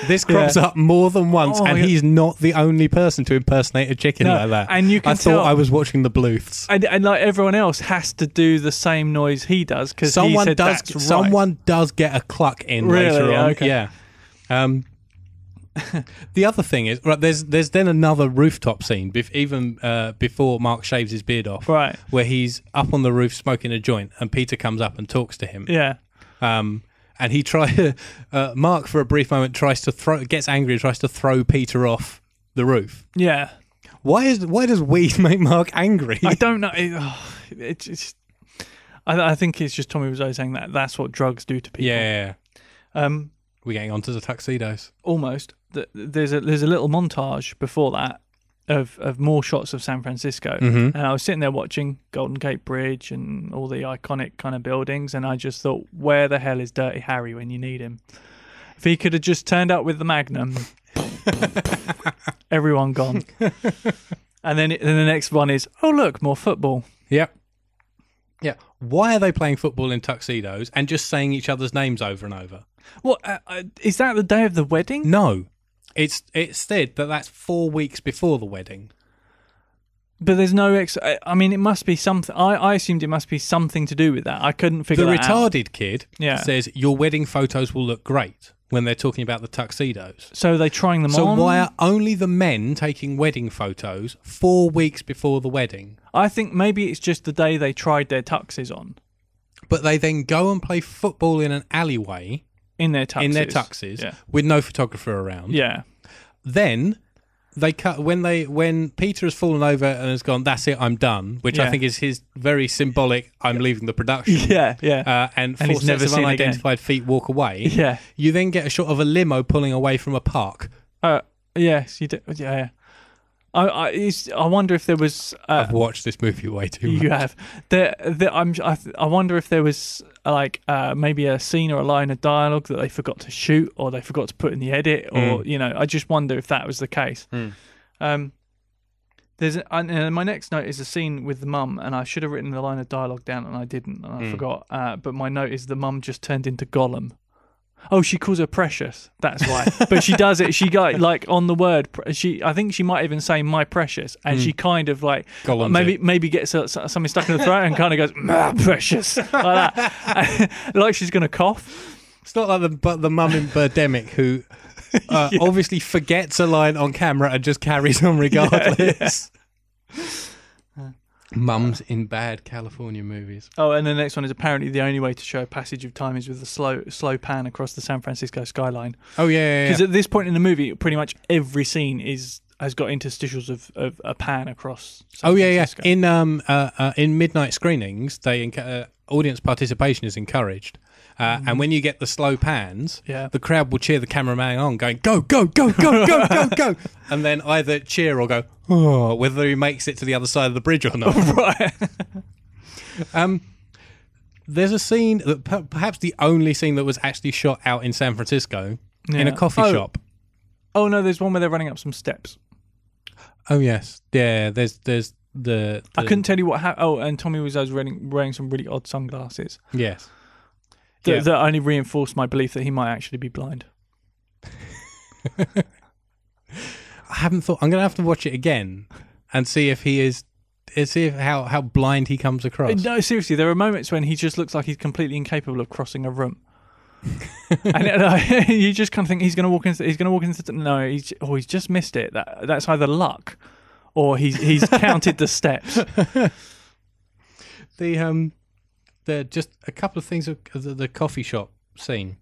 This crops Yeah. up more than once, Oh, and yeah. he's not the only person to impersonate a chicken No, like that. and you can I tell- thought I was watching the Bluths. and, and like everyone else has to do the same noise he does because Someone said does. That's right. Someone does get a cluck in later Really? on. Okay. Yeah. Um, the other thing is right. There's there's then another rooftop scene, bef- even uh, before Mark shaves his beard off, Right. Where he's up on the roof smoking a joint, and Peter comes up and talks to him. Yeah, Um, and he try uh, Mark for a brief moment tries to throw gets angry and tries to throw Peter off the roof. yeah. Why is why does weed make Mark angry? I don't know. It, oh, it's it's. I, I think it's just Tommy Wiseau saying that. That's what drugs do to people. yeah, Um. we're getting onto the tuxedos. almost th- there's a there's a little montage before that of of more shots of San Francisco and I was sitting there watching Golden Gate Bridge and all the iconic kind of buildings and I just thought where the hell is Dirty Harry when you need him if he could have just turned up with the magnum everyone gone and then, it- then the next one is oh look more football Yep. Yeah. Why are they playing football in tuxedos and just saying each other's names over and over? what uh, uh, is that the day of the wedding No. It's it's said that that's four weeks before the wedding. but there's no ex I, I mean it must be something I, I assumed it must be something to do with that I couldn't The figure that out. retarded kid Yeah. says your wedding photos will look great when they're talking about the tuxedos. So they're trying them So on. why are only the men taking wedding photos four weeks before the wedding? I think maybe it's just the day they tried their tuxes on But they then go and play football in an alleyway in their tuxes. in their tuxes Yeah. with no photographer around. Yeah. then they cut when they when Peter has fallen over and has gone. That's it. I'm done. Which I Yeah. think is his very symbolic. I'm leaving the production. Yeah. Yeah. Uh, and four And he's sets never of seen again. unidentified feet walk away. Yeah. You then get a shot of a limo pulling away from a park. Uh, yes. You do. Yeah. yeah. I I, it's, I wonder if there was. Uh, I've watched this movie way too much. you have. There, there, I'm. I, I wonder if there was uh, like uh, maybe a scene or a line of dialogue that they forgot to shoot or they Hmm. forgot to put in the edit or you know. I just wonder if that was the case. Um, There's a, and and my next note is a scene with the mum, and I should have written the line of dialogue down, and I didn't, and I Hmm. forgot. Uh, but my note is the mum just turned into Gollum. Oh, she calls her precious. That's why. but she does it. She got like on the word. pre- She, I think she might even say my precious, Hmm. and she kind of like Gollum's maybe it. maybe gets her, something stuck in her throat and kind of goes "Ah, precious like that, like she's gonna cough. It's not like the but the mum in Birdemic who uh, obviously forgets a line on camera and just carries on regardless. Mums in bad California movies. Oh, and the next one is apparently the only way to show passage of time is with a slow slow pan across the San Francisco skyline. Oh yeah, yeah, Because yeah. at this point in the movie, pretty much every scene is has got interstitials of, of a pan across. San oh yeah, yeah. Francisco. In um uh, uh, in midnight screenings, they enc- uh, audience participation is encouraged, uh, and when you get the slow pans, Yeah. the crowd will cheer the cameraman on, going go go go go go go go, and then either cheer or go oh, whether he makes it to the other side of the bridge or not. right. Um, there's a scene that per- perhaps the only scene that was actually shot out in San Francisco in Yeah. a coffee Oh. shop. Oh no, there's one where they're running up some steps. Oh yes, yeah. There's there's the, I couldn't tell you what. Ha- oh, and Tommy Wiseau's wearing wearing some really odd sunglasses yes. that, Yeah. that only reinforced my belief that he might actually be blind. I haven't thought. I'm gonna have to watch it again and see if he is. and See if how how blind he comes across. Uh, No, seriously, there are moments when he just looks like he's completely incapable of crossing a room. and it, like, you just kind of think he's going to walk into he's going to walk into no he's oh he's just missed it that that's either luck or he's he's counted the steps The um, the just a couple of things of of the, the coffee shop scene.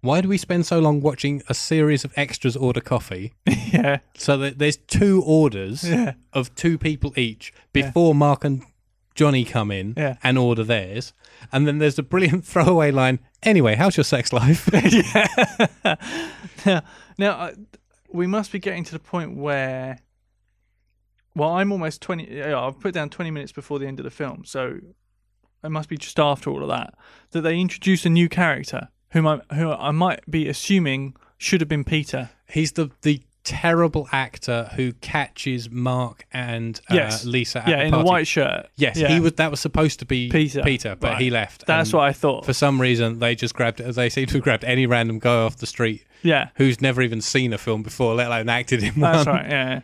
Why do we spend so long watching a series of extras order coffee? yeah So that there's two orders Yeah. of two people each before Mark and Johnny come in Yeah. and order theirs. And then there's a brilliant throwaway line. Anyway, how's your sex life? now, now I, we must be getting to the point where well i'm almost 20 yeah, i've put down 20 minutes before the end of the film so it must be just after all of that that they introduce a new character whom i who i might be assuming should have been peter He's the the terrible actor who catches Mark and uh, Yes. Lisa. At yeah the in a party. white shirt Yes, yeah. he was. That was supposed to be Peter. but Right. he left. that's And what i thought For some reason, they just grabbed. They seem to have grabbed any random guy off the street yeah who's never even seen a film before, let alone acted in one. that's right yeah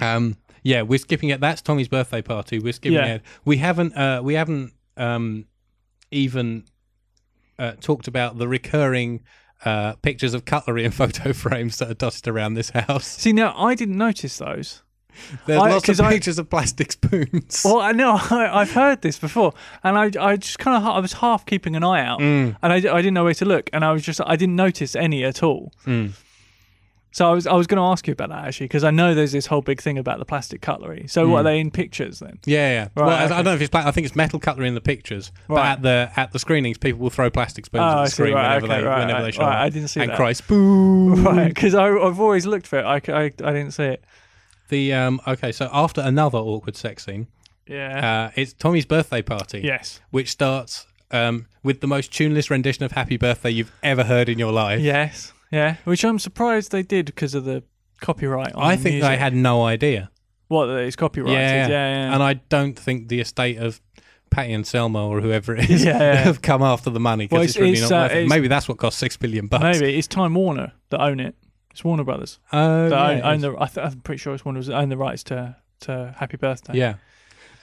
Um, yeah, we're skipping it. That's Tommy's birthday party. We're skipping Yeah. it. We haven't. Uh, we haven't um, even uh, talked about the recurring uh, pictures of cutlery and photo frames that are dotted around this house. see now i didn't notice those There's I- lots 'cause of I- pictures of plastic spoons. Well, I know I, I've heard this before, and I, I just kind of I was half keeping an eye out, Mm. and I, I didn't know where to look, and I was just I didn't notice any at all. Mm. So I was I was going to ask you about that actually because I know there's this whole big thing about the plastic cutlery. So Mm. what are they in pictures then? Yeah, yeah. well, I- I okay. don't know if it's. Pla- I think it's metal cutlery in the pictures, but Right. at the at the screenings, people will throw plastic spoons Oh, at I the see. screen Right, whenever okay, they right, whenever they right, show right. up I didn't see and that. cry spoon. Right, because I've always looked for it. I, c- I- I didn't see it. The um okay, so after another awkward sex scene, Yeah. uh, it's Tommy's birthday party. yes. which starts um, with the most tuneless rendition of Happy Birthday you've ever heard in your life. Yes. Yeah. Which I'm surprised they did because of the copyright. On I think music. they had no idea. what that it's copyrighted. Yeah. Yeah. And I don't think the estate of Patty and Selma or whoever it is Yeah, yeah. have come after the money because Well, it's, it's- really it's, not uh, worth it. it's- Maybe that's what cost six billion bucks. Maybe it's Time Warner that own it. It's Warner Brothers. Oh, that yeah, own, it own is. the. I th- I'm pretty sure it's one of own the rights to to Happy Birthday. yeah.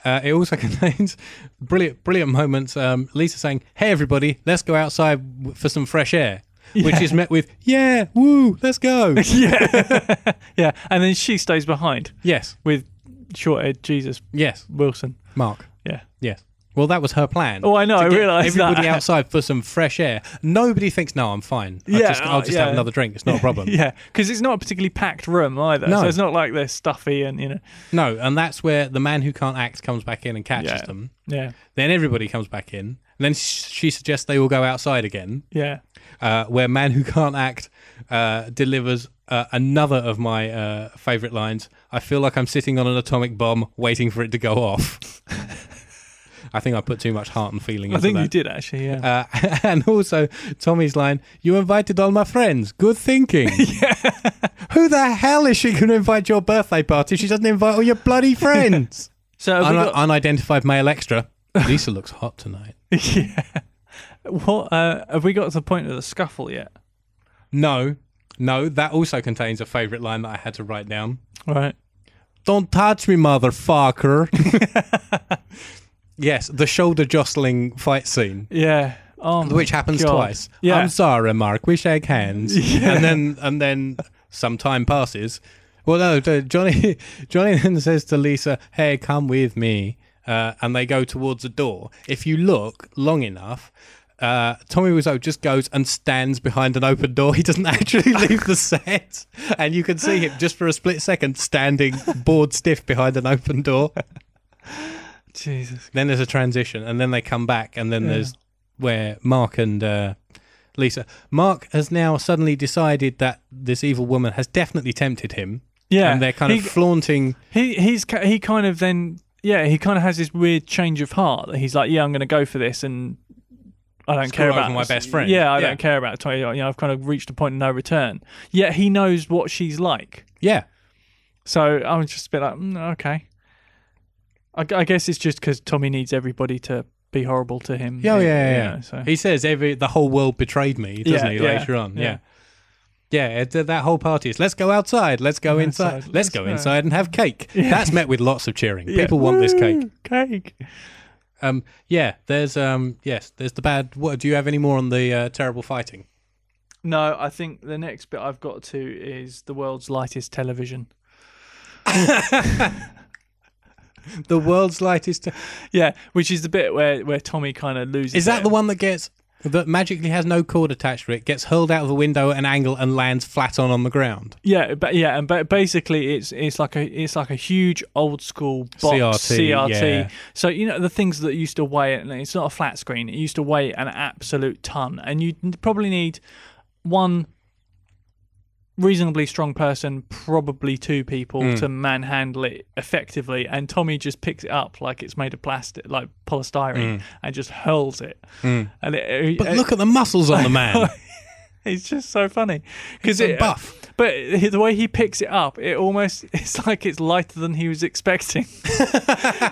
Uh, it also contains brilliant, brilliant moments. Um, Lisa saying, "Hey everybody, let's go outside w- for some fresh air," which Yeah. is met with, "Yeah, woo, let's go." yeah, yeah. And then she stays behind yes, with short-haired Jesus yes, Wilson. Mark. Yeah. Yes. Well, that was her plan. Oh, I know. to I get realised that. everybody outside for some fresh air. Nobody thinks, no, I'm fine. I'll Yeah, just, I'll uh, just yeah. have another drink. It's not a problem. Yeah, because it's not a particularly packed room either. Um, No. So it's not like they're stuffy and you know. No, and that's where the man who can't act comes back in and catches Yeah. them. Yeah, Then everybody comes back in. And then sh- she suggests they all go outside again, yeah. uh, where man who can't act uh, delivers uh, another of my uh, favorite lines. I feel like I'm sitting on an atomic bomb waiting for it to go off. I think I put too much heart and feeling I into think that. you did actually. Yeah. Uh, and also Tommy's line, "You invited all my friends. Good thinking." Who the hell is she going to invite to your birthday party? if She doesn't invite all your bloody friends. so have we Un- got- unidentified male extra. Lisa looks hot tonight. yeah. What uh, have we got to the point of the scuffle yet? No, no, that also contains a favourite line that I had to write down. Right. Don't touch me, motherfucker. yes, the shoulder jostling fight scene. Yeah. Oh, my which happens God. twice. Yeah. I'm sorry, Mark. We shake hands, Yeah. and then and then some time passes. Well, no, the- Johnny Johnny then says to Lisa, "Hey, come with me," uh, and they go towards the door. If you look long enough. Uh, Tommy Wiseau just goes and stands behind an open door. He doesn't actually leave the set, and you can see him just for a split second standing bored stiff behind an open door. Jesus. Then there's a transition, and then they come back, and then there's where Mark and uh, Lisa. Mark has now suddenly decided that this evil woman has definitely tempted him, Yeah. and they're kind he, of flaunting. he he's ki- he kind of then yeah he kind of has this weird change of heart that he's like yeah I'm going to go for this and I don't Screw care over about my best friend. Yeah, I Yeah. don't care about twenty. You know, I've kind of reached a point of no return. Yet he knows what she's like. Yeah, So I'm just a bit like, mm, okay. I, I guess it's just because Tommy needs everybody to be horrible to him. yeah, yeah, you yeah. know, yeah. so. He says every the whole world betrayed me, doesn't Yeah, he? yeah, Later on, yeah. yeah. Yeah, it, uh, that whole party is let's go outside, let's go inside, Outside, let's, let's go go." inside and have cake. That's met with lots of cheering. Yeah. People want this cake. Woo, Cake. Um, yeah, there's um, yes, there's the bad. What do you have any more on the uh, terrible fighting? No, I think the next bit I've got to is the world's lightest television. The world's lightest. Yeah, which is the bit where, where Tommy kind of loses. Is that it. the one that gets that magically has no cord attached to it, gets hurled out of the window at an angle and lands flat on on the ground? Yeah, but yeah, and but basically it's it's like a it's like a huge old school box CRT, CRT. yeah. So you know the things that used to weigh and it's not a flat screen. It used to weigh an absolute ton, and you would probably need one reasonably strong person, probably two people Hmm. to manhandle it effectively. And Tommy just picks it up like it's made of plastic, like polystyrene, and just hurls it. And it, Hmm. But it- look at the muscles on the man. it's just so funny because He's so it uh, buff. But he- the way he picks it up, it almost it's like it's lighter than he was expecting.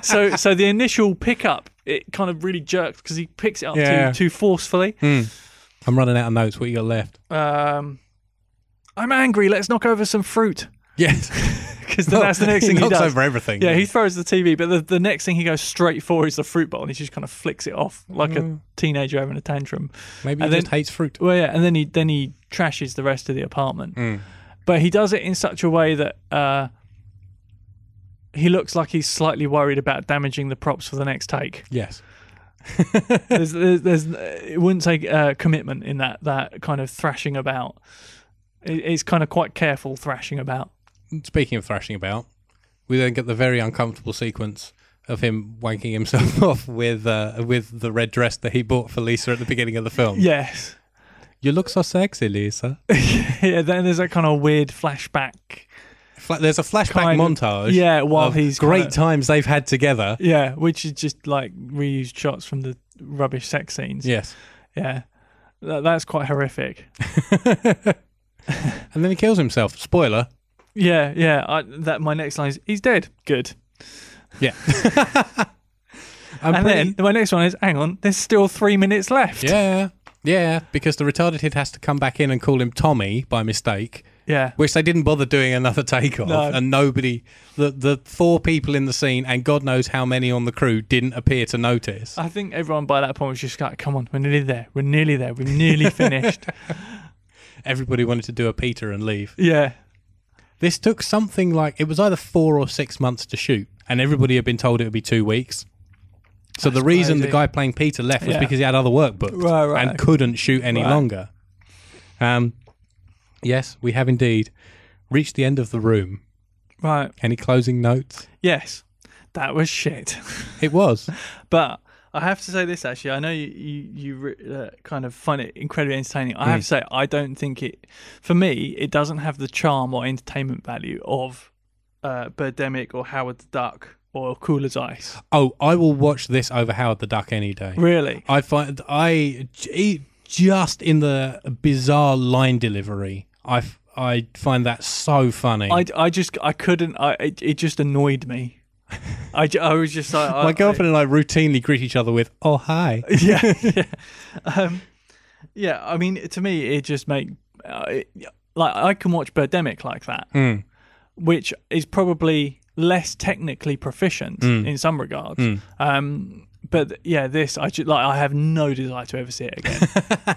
so so the initial pickup, it kind of really jerks because he picks it up Yeah. Hmm. too too forcefully. I'm running out of notes. What you got left? Um, I'm angry. Let's knock over some fruit Yes, because that's the next thing he Oh, knocks does. over everything. Yeah, he throws the TV, but the, the next thing he goes straight for is the fruit bowl, and he just kind of flicks it off like Hmm. a teenager having a tantrum. maybe he and then- just hates fruit. Well, yeah, and then he then he trashes the rest of the apartment. But he does it in such a way that uh, he looks like he's slightly worried about damaging the props for the next take. Yes, there's, there's, there's, it wouldn't take uh, commitment in that that kind of thrashing about. It, it's kind of quite careful thrashing about. speaking of thrashing about, we then get the very uncomfortable sequence of him wanking himself off with uh, with the red dress that he bought for Lisa at the beginning of the film. Yes. You look so sexy, Lisa. yeah. Then there's that kind of weird flashback. Fla- There's a flashback Kind of- montage. yeah, while of he's great kinda- times they've had together. Yeah, which is just like reused shots from the rubbish sex scenes. Yes. Yeah. That, that's quite horrific. And then he kills himself. Spoiler. Yeah, yeah. I, that my next line is he's dead. Good. Yeah. I'm and pretty- then my next one is hang on, there's still three minutes left. yeah, yeah, because the retarded kid has to come back in and call him Tommy by mistake, yeah, which they didn't bother doing another take of, No. and nobody, the the four people in the scene, and God knows how many on the crew didn't appear to notice. I think everyone by that point was just like, come on, we're nearly there, we're nearly there, we're nearly finished. Everybody wanted to do a Peter and leave. yeah, This took something like it was either four or six months to shoot, and everybody had been told it would be two weeks. So the reason the crazy. guy playing Peter left was Yeah. because he had other work booked Right, right. and couldn't shoot any Right. longer. Um, yes, we have indeed reached the end of the room. right, Any closing notes? yes, that was shit. It was. but I have to say this actually, I know you you, you re- uh, kind of find it incredibly entertaining. I have to say, I don't think it, for me, it doesn't have the charm or entertainment value of uh, Birdemic or Howard the Duck or cool as ice. Oh, I will watch this over Howard the Duck any day. Really? I find I j- just in the bizarre line delivery, I f- I find that so funny. I, I just I couldn't. I it, it just annoyed me. I, ju- I was just like I, My girlfriend and I routinely greet each other with "Oh hi." I- yeah, yeah. Um, yeah. I mean, to me, it just make uh, it, like I can watch Birdemic like that, which is probably less technically proficient in some regards. Um, but yeah, this I just, like I have no desire to ever see it again.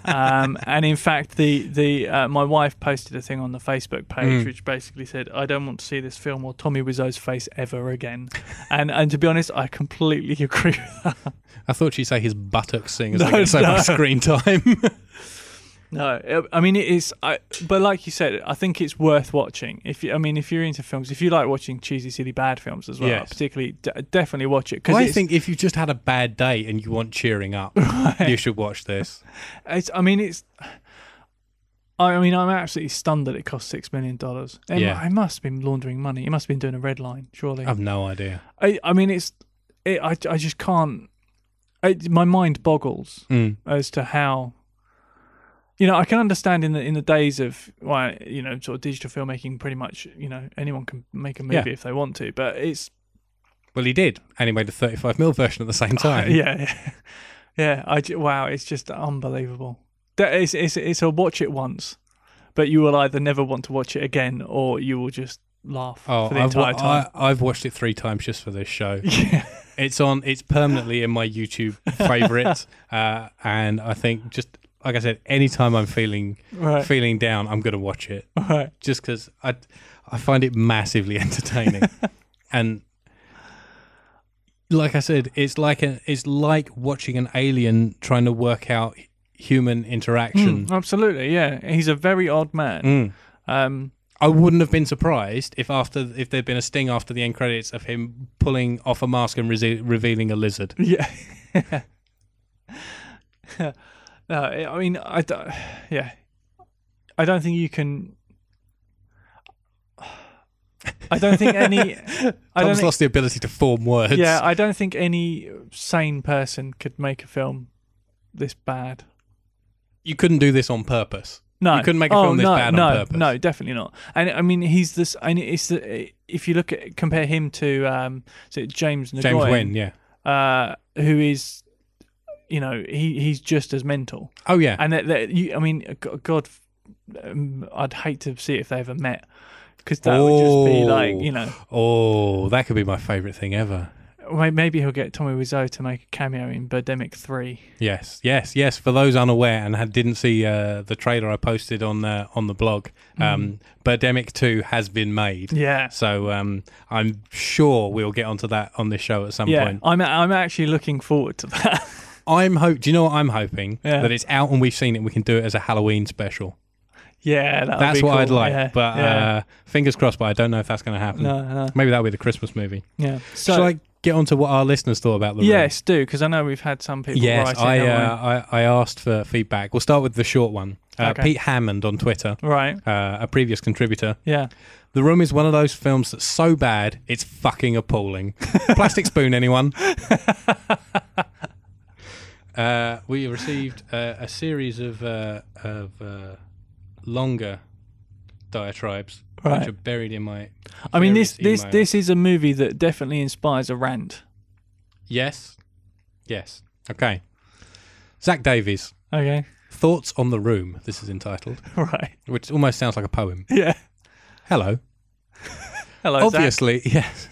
um, and in fact, the the uh, my wife posted a thing on the Facebook page which basically said, "I don't want to see this film or Tommy Wiseau's face ever again." And and to be honest, I completely agree with that. I thought she'd say his buttocks thing as No, they get so no. much screen time. No, it- I mean it is. I, but like you said, I think it's worth watching. If you, I mean, if you're into films, if you like watching cheesy, silly, bad films as well, Yes. particularly, d- definitely watch it I because think if you just had a bad day and you want cheering up, you should watch this. It's, I mean, it's. I I mean, I'm absolutely stunned that it cost six million dollars. It, mu- Yeah. it must have been laundering money. It must have been doing a red line, surely. I've no idea. I, I mean, it's. It, I, I just can't. It, my mind boggles Mm. as to how. You know, I can understand in the in the days of why you know sort of digital filmmaking, pretty much you know anyone can make a movie Yeah. if they want to, but it's Well, he did, and he made a 35mm version at the same time. yeah, yeah, yeah. I ju- wow, it's just unbelievable. That is, it's it's a watch it once, but you will either never want to watch it again or you will just laugh Oh, for the I've, wa- entire time. I, have watched it three times just for this show. yeah, It's on. It's permanently in my YouTube favorites, uh, and I think just like I said, anytime I'm feeling right, feeling down, I'm gonna watch it right. just because I I find it massively entertaining, and like I said, it's like a, it's like watching an alien trying to work out human Hmm. interaction. Absolutely, yeah. He's a very odd man. Mm. Um, I wouldn't have been surprised if after if there'd been a sting after the end credits of him pulling off a mask and rese- revealing a lizard. yeah. no, I I mean, I don't, yeah, I don't think you can. I don't think any. I don't Tom's think, lost the ability to form words. yeah, I don't think any sane person could make a film this bad. you couldn't do this on purpose. No, You couldn't make a oh, film this no, bad on no, purpose. No, definitely not. And I mean, he's this. And it's the, if you look at compare him to um, is it James Nagoyan, James Wynn, yeah. uh, who is, you know, he he's just as mental. Oh yeah, And that, that you, I mean, g- God, um, I'd hate to see if they ever met because that would just be Oh. like, you know, Oh, that could be my favourite thing ever. may- maybe he'll get Tommy Wiseau to make a cameo in Birdemic Three. Yes, yes, yes. For those unaware and had, didn't see uh, the trailer I posted on uh, on the blog, um, Birdemic Two has been made. Mm-hmm. Yeah. So um, I'm sure we'll get onto that on this show at some Yeah, point. I'm I'm actually looking forward to that. I'm hope. Do you know what I'm hoping? Yeah. That it's out and we've seen it. We can do it as a Halloween special. yeah, that'll That's be what cool. I'd like. Yeah, But yeah. uh, fingers crossed. But I don't know if that's going to happen. no, no, Maybe that'll be the Christmas movie. yeah. Shall So I get onto what our listeners thought about the room? yes, do because I know we've had some people. Yes, write in, I, haven't uh, I I asked for feedback. We'll start with the short one. Uh, Okay. Pete Hammond on Twitter, we? right. uh, a previous contributor. Yeah, The Room is one of those films that's so bad it's fucking appalling. Plastic spoon, anyone? uh, we received uh, a series of uh, of uh, longer diatribes Right. which are buried in my. I mean this various this emails. this is a movie that definitely inspires a rant. Yes, yes. Okay. Zach Davies, Okay, thoughts on the Room. This is entitled. right. which almost sounds like a poem. Yeah. Hello. Hello, Zach. obviously, yes.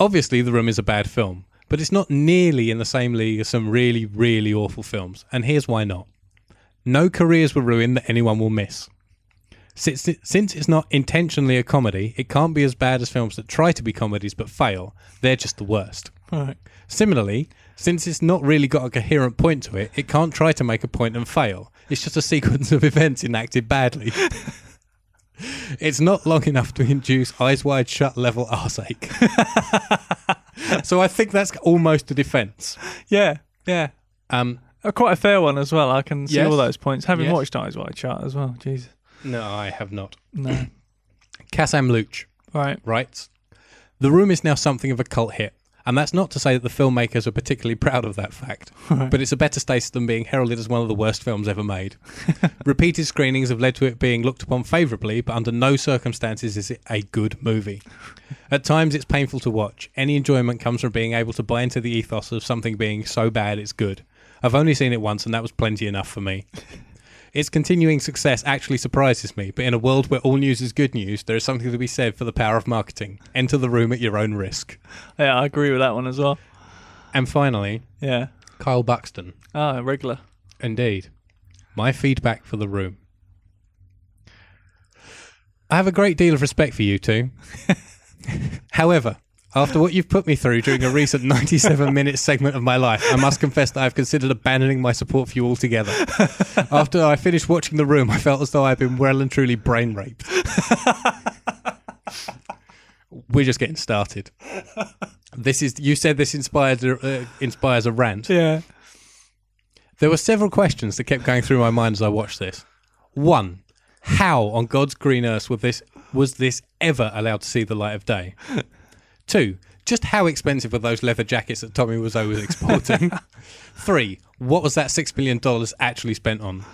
obviously, The Room is a bad film, but it's not nearly in the same league as some really, really awful films. And here's why not: no careers were ruined that anyone will miss. Since, since it's not intentionally a comedy, it can't be as bad as films that try to be comedies but fail. They're just the worst. Right. Similarly, since it's not really got a coherent point to it, it can't try to make a point and fail. It's just a sequence of events enacted badly. it's not long enough to induce eyes wide shut level arseache. so I think that's almost a defense. Yeah, yeah. Um, Uh, quite a fair one as well. I can see Yes. all those points. Having Yes. watched Eyes Wide Shut as well. Jeez. no, I have not. No. Kasam Luch right. writes The Room is now something of a cult hit. And that's not to say that the filmmakers are particularly proud of that fact, but it's a better status than being heralded as one of the worst films ever made. Repeated screenings have led to it being looked upon favourably, but under no circumstances is it a good movie. At times, it's painful to watch. Any enjoyment comes from being able to buy into the ethos of something being so bad it's good. I've only seen it once, and that was plenty enough for me. Its continuing success actually surprises me, but in a world where all news is good news, there is something to be said for the power of marketing. Enter the room at your own risk. Yeah, I agree with that one as well. And finally, Yeah. Kyle Buxton. Ah, regular. Indeed. My feedback for the room. I have a great deal of respect for you two. However, after what you've put me through during a recent 97 minute segment of my life, I must confess that I've considered abandoning my support for you altogether. After I finished watching The Room, I felt as though I'd been well and truly brain raped. We're just getting started. This is you said this inspires a, uh, inspires a rant. Yeah. There were several questions that kept going through my mind as I watched this. One, how on God's green earth was this was this ever allowed to see the light of day? Two, just how expensive were those leather jackets that Tommy Wiseau was exporting? Three, what was that six million dollars actually spent on?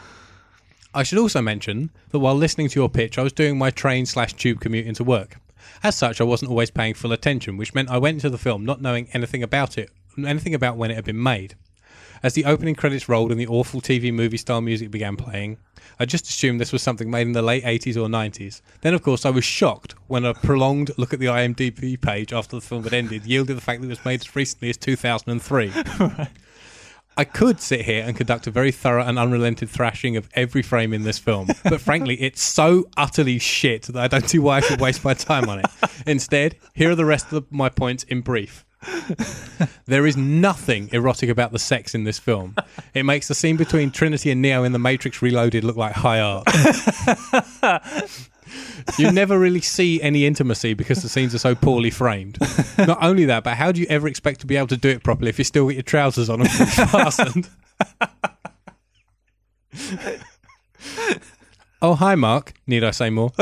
I should also mention that while listening to your pitch, I was doing my train slash tube commute into work. As such, I wasn't always paying full attention, which meant I went into the film not knowing anything about it, anything about when it had been made. As the opening credits rolled and the awful TV movie style music began playing, I just assumed this was something made in the late 80s or 90s. Then, of course, I was shocked when a prolonged look at the IMDb page after the film had ended yielded the fact that it was made as recently as 2003. I could sit here and conduct a very thorough and unrelented thrashing of every frame in this film, but frankly, it's so utterly shit that I don't see why I should waste my time on it. Instead, here are the rest of the, my points in brief. There is nothing erotic about the sex in this film. It makes the scene between Trinity and Neo in The Matrix Reloaded look like high art. you never really see any intimacy because the scenes are so poorly framed. Not only that, but how do you ever expect to be able to do it properly if you still get your trousers on and fastened? oh, hi, Mark. Need I say more?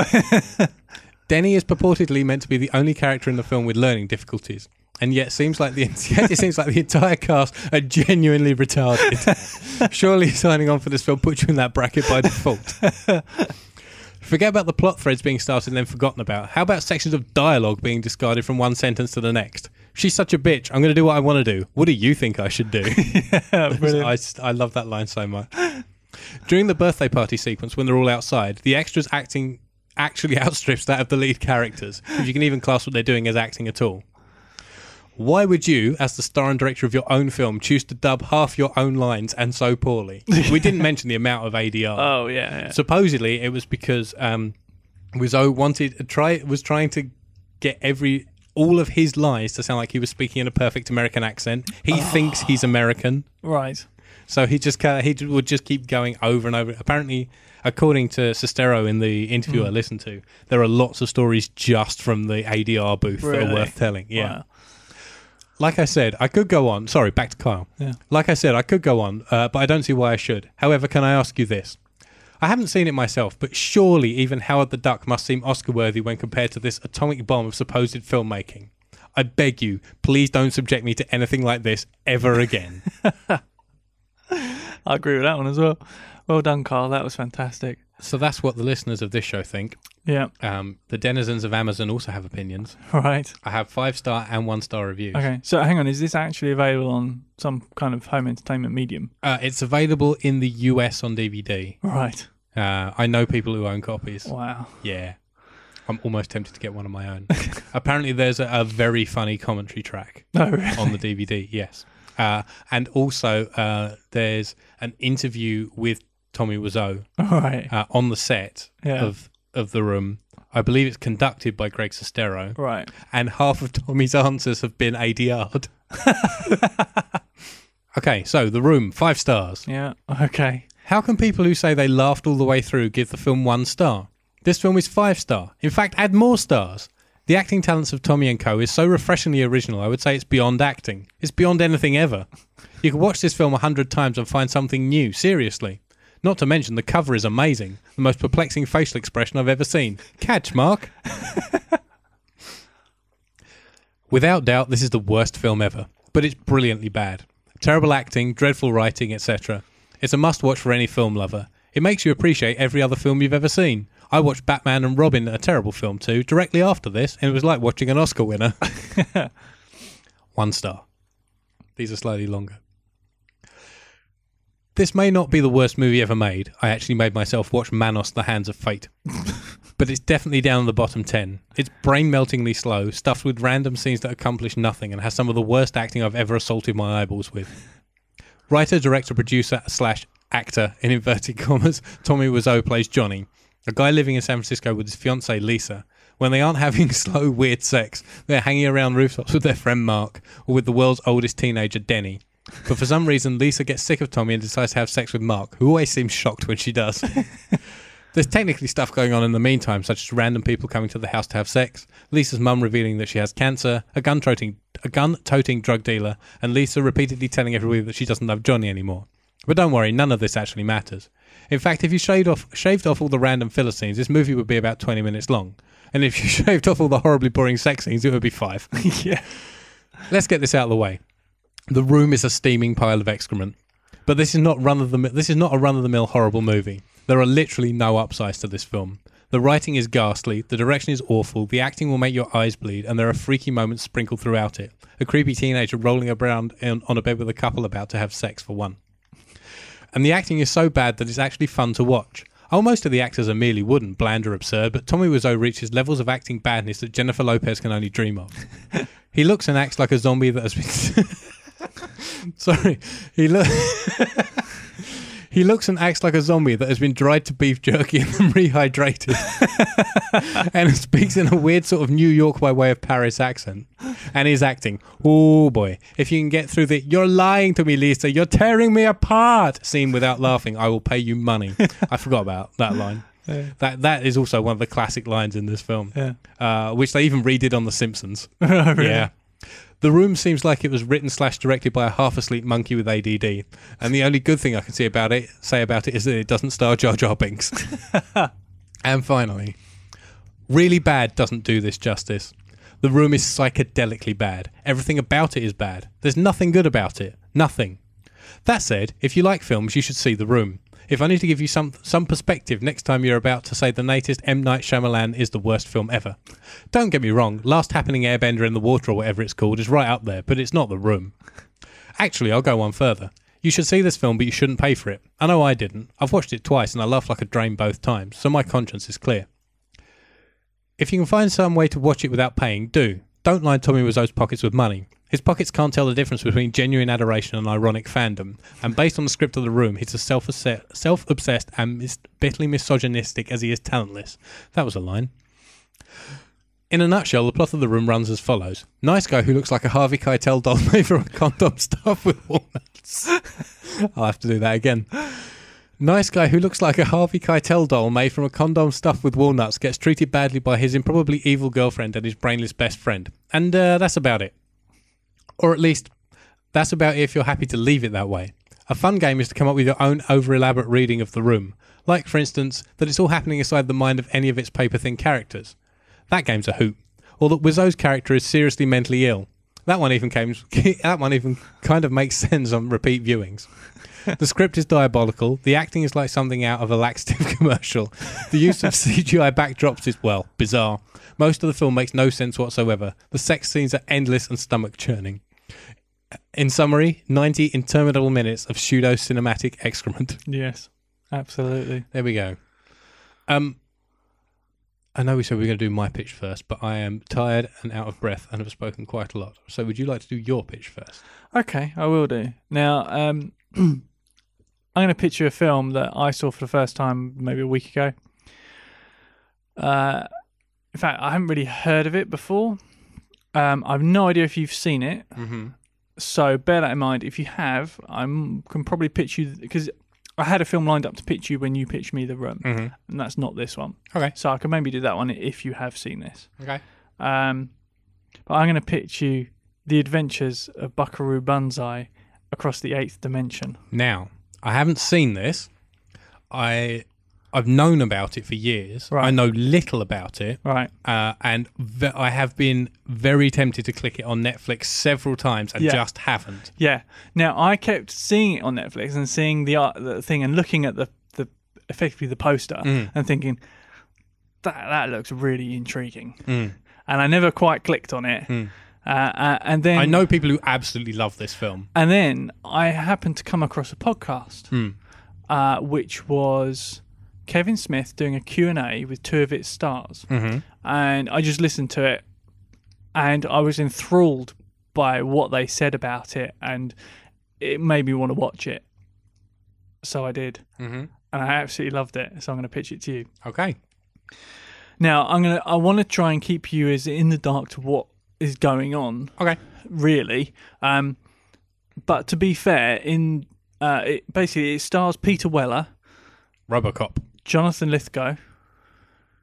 Denny is purportedly meant to be the only character in the film with learning difficulties, and yet seems like the yet it seems like the entire cast are genuinely retarded. Surely signing on for this film puts you in that bracket by default. Forget about the plot threads being started and then forgotten about. How about sections of dialogue being discarded from one sentence to the next? She's such a bitch. I'm going to do what I want to do. What do you think I should do? I, s- I love that line so much. During the birthday party sequence, when they're all outside, the extras acting actually outstrips that of the lead characters, if you can even class what they're doing as acting at all. Why would you, as the star and director of your own film, choose to dub half your own lines and so poorly? We didn't mention the amount of ADR. Oh, yeah. yeah. Supposedly, it was because um, Wiseau wanted try was trying to get every all of his lies to sound like he was speaking in a perfect American accent. He thinks he's American, Right. so he just kind of, he would just keep going over and over. Apparently, according to Sestero in the interview Hmm. I listened to, there are lots of stories just from the ADR booth that Really? are worth telling. Yeah Wow. like I said, I could go on. Sorry, back to Kyle. Yeah. Like I said, I could go on, uh, but I don't see why I should. However, can I ask you this? I haven't seen it myself, but surely even Howard the Duck must seem Oscar worthy when compared to this atomic bomb of supposed filmmaking. I beg you, please don't subject me to anything like this ever again. I agree with that one as well. Well done, Carl. That was fantastic. so that's what the listeners of this show think. Yeah. Um, the denizens of Amazon also have opinions. Right. I have five star and one star reviews. Okay. So hang on. Is this actually available on some kind of home entertainment medium? Uh, it's available in the US on DVD. Right. Uh, I know people who own copies. Wow. Yeah. I'm almost tempted to get one of my own. Apparently, there's a, a very funny commentary track No. really. on the DVD, yes. Uh, and also, uh, there's an interview with Tommy Wiseau All right. uh, on the set Yeah. of, of The Room. I believe it's conducted by Greg Sestero, Right. and half of Tommy's answers have been ADR'd. okay, so The Room, five stars. Yeah. Okay. How can people who say they laughed all the way through give the film one star? This film is five star. In fact, add more stars. The acting talents of Tommy and Co. is so refreshingly original, I would say it's beyond acting. It's beyond anything ever. You could watch this film a hundred times and find something new, seriously. Not to mention, the cover is amazing. The most perplexing facial expression I've ever seen. Catch, Mark. Without doubt, this is the worst film ever, but it's brilliantly bad. Terrible acting, dreadful writing, etc. It's a must watch for any film lover. It makes you appreciate every other film you've ever seen. I watched Batman and Robin, a terrible film too, directly after this, and it was like watching an Oscar winner. One star. These are slightly longer. This may not be the worst movie ever made. I actually made myself watch Manos, The Hands of Fate. but it's definitely down the bottom 10. It's brain meltingly slow, stuffed with random scenes that accomplish nothing, and has some of the worst acting I've ever assaulted my eyeballs with. Writer, director, producer, slash actor, in inverted commas, Tommy Wiseau plays Johnny, a guy living in San Francisco with his fiancee Lisa. When they aren't having slow, weird sex, they're hanging around rooftops with their friend Mark, or with the world's oldest teenager, Denny. But for some reason, Lisa gets sick of Tommy and decides to have sex with Mark, who always seems shocked when she does. There's technically stuff going on in the meantime, such as random people coming to the house to have sex, Lisa's mum revealing that she has cancer, a gun toting a gun toting drug dealer, and Lisa repeatedly telling everybody that she doesn't love Johnny anymore. But don't worry, none of this actually matters. In fact, if you shaved off shaved off all the random filler scenes, this movie would be about 20 minutes long. And if you shaved off all the horribly boring sex scenes, it would be 5. yeah. Let's get this out of the way. The room is a steaming pile of excrement. But this is not run of the this is not a run of the mill horrible movie. There are literally no upsides to this film. The writing is ghastly, the direction is awful, the acting will make your eyes bleed, and there are freaky moments sprinkled throughout it. A creepy teenager rolling around in, on a bed with a couple about to have sex for one. And the acting is so bad that it's actually fun to watch. Oh, most of the actors are merely wooden, bland or absurd, but Tommy Wiseau reaches levels of acting badness that Jennifer Lopez can only dream of. he looks and acts like a zombie that has been Sorry, he looks. he looks and acts like a zombie that has been dried to beef jerky and then rehydrated, and speaks in a weird sort of New York by way of Paris accent. And is acting. Oh boy! If you can get through the "You're lying to me, Lisa. You're tearing me apart" scene without laughing, I will pay you money. I forgot about that line. Yeah. That that is also one of the classic lines in this film, Yeah. uh, which they even redid on The Simpsons. Really? Yeah. The room seems like it was written slash directed by a half asleep monkey with ADD, and the only good thing I can see about it say about it is that it doesn't star Jar Jar Binks. and finally, really bad doesn't do this justice. The room is psychedelically bad. Everything about it is bad. There's nothing good about it. Nothing. That said, if you like films, you should see The Room. If only to give you some some perspective next time you're about to say the latest M Night Shyamalan is the worst film ever. Don't get me wrong, Last Happening Airbender in the Water or whatever it's called is right up there, but it's not The Room. Actually, I'll go one further. You should see this film, but you shouldn't pay for it. I know I didn't. I've watched it twice and I laughed like a drain both times, so my conscience is clear. If you can find some way to watch it without paying, do. Don't line Tommy Wiseau's pockets with money. His pockets can't tell the difference between genuine adoration and ironic fandom. And based on the script of The Room, he's as self obsessed and mis- bitterly misogynistic as he is talentless. That was a line. In a nutshell, the plot of The Room runs as follows Nice guy who looks like a Harvey Keitel doll made from a condom stuffed with walnuts. I'll have to do that again. Nice guy who looks like a Harvey Keitel doll made from a condom stuffed with walnuts gets treated badly by his improbably evil girlfriend and his brainless best friend. And uh, that's about it. Or at least, that's about it if you're happy to leave it that way. A fun game is to come up with your own over elaborate reading of the room. Like, for instance, that it's all happening inside the mind of any of its paper thin characters. That game's a hoot. Or that Wiseau's character is seriously mentally ill. That one even came, that one even kind of makes sense on repeat viewings. The script is diabolical. The acting is like something out of a laxative commercial. The use of CGI backdrops is, well, bizarre. Most of the film makes no sense whatsoever. The sex scenes are endless and stomach churning. In summary, 90 interminable minutes of pseudo cinematic excrement. Yes. Absolutely. There we go. Um, I know we said we were going to do my pitch first, but I am tired and out of breath and have spoken quite a lot. So, would you like to do your pitch first? Okay, I will do. Now, um, I'm going to pitch you a film that I saw for the first time maybe a week ago. Uh, in fact, I haven't really heard of it before. Um, I've no idea if you've seen it. Mm-hmm. So bear that in mind. If you have, I can probably pitch you because I had a film lined up to pitch you when you pitched me The Room, Mm-hmm. and that's not this one. Okay. So I can maybe do that one if you have seen this. Okay. Um, but I'm going to pitch you the adventures of Buckaroo Banzai across the eighth dimension. Now, I haven't seen this. I I've known about it for years. Right. I know little about it, Right. uh, and ve- I have been very tempted to click it on Netflix several times and Yeah. just haven't. Yeah. Now I kept seeing it on Netflix and seeing the art, the thing and looking at the the effectively the poster and thinking that that looks really intriguing. And I never quite clicked on it. Uh, uh, and then I know people who absolutely love this film. And then I happened to come across a podcast, uh, which was Kevin Smith doing a Q&A with two of its stars. And I just listened to it and I was enthralled by what they said about it and it made me want to watch it. So I did. Mm-hmm. And I absolutely loved it. So I'm going to pitch it to you. Okay. Now, I'm going to I want to try and keep you as in the dark to what is going on Okay. really. Um, but to be fair, in uh, it, basically it stars Peter Weller, Robocop, Jonathan Lithgow,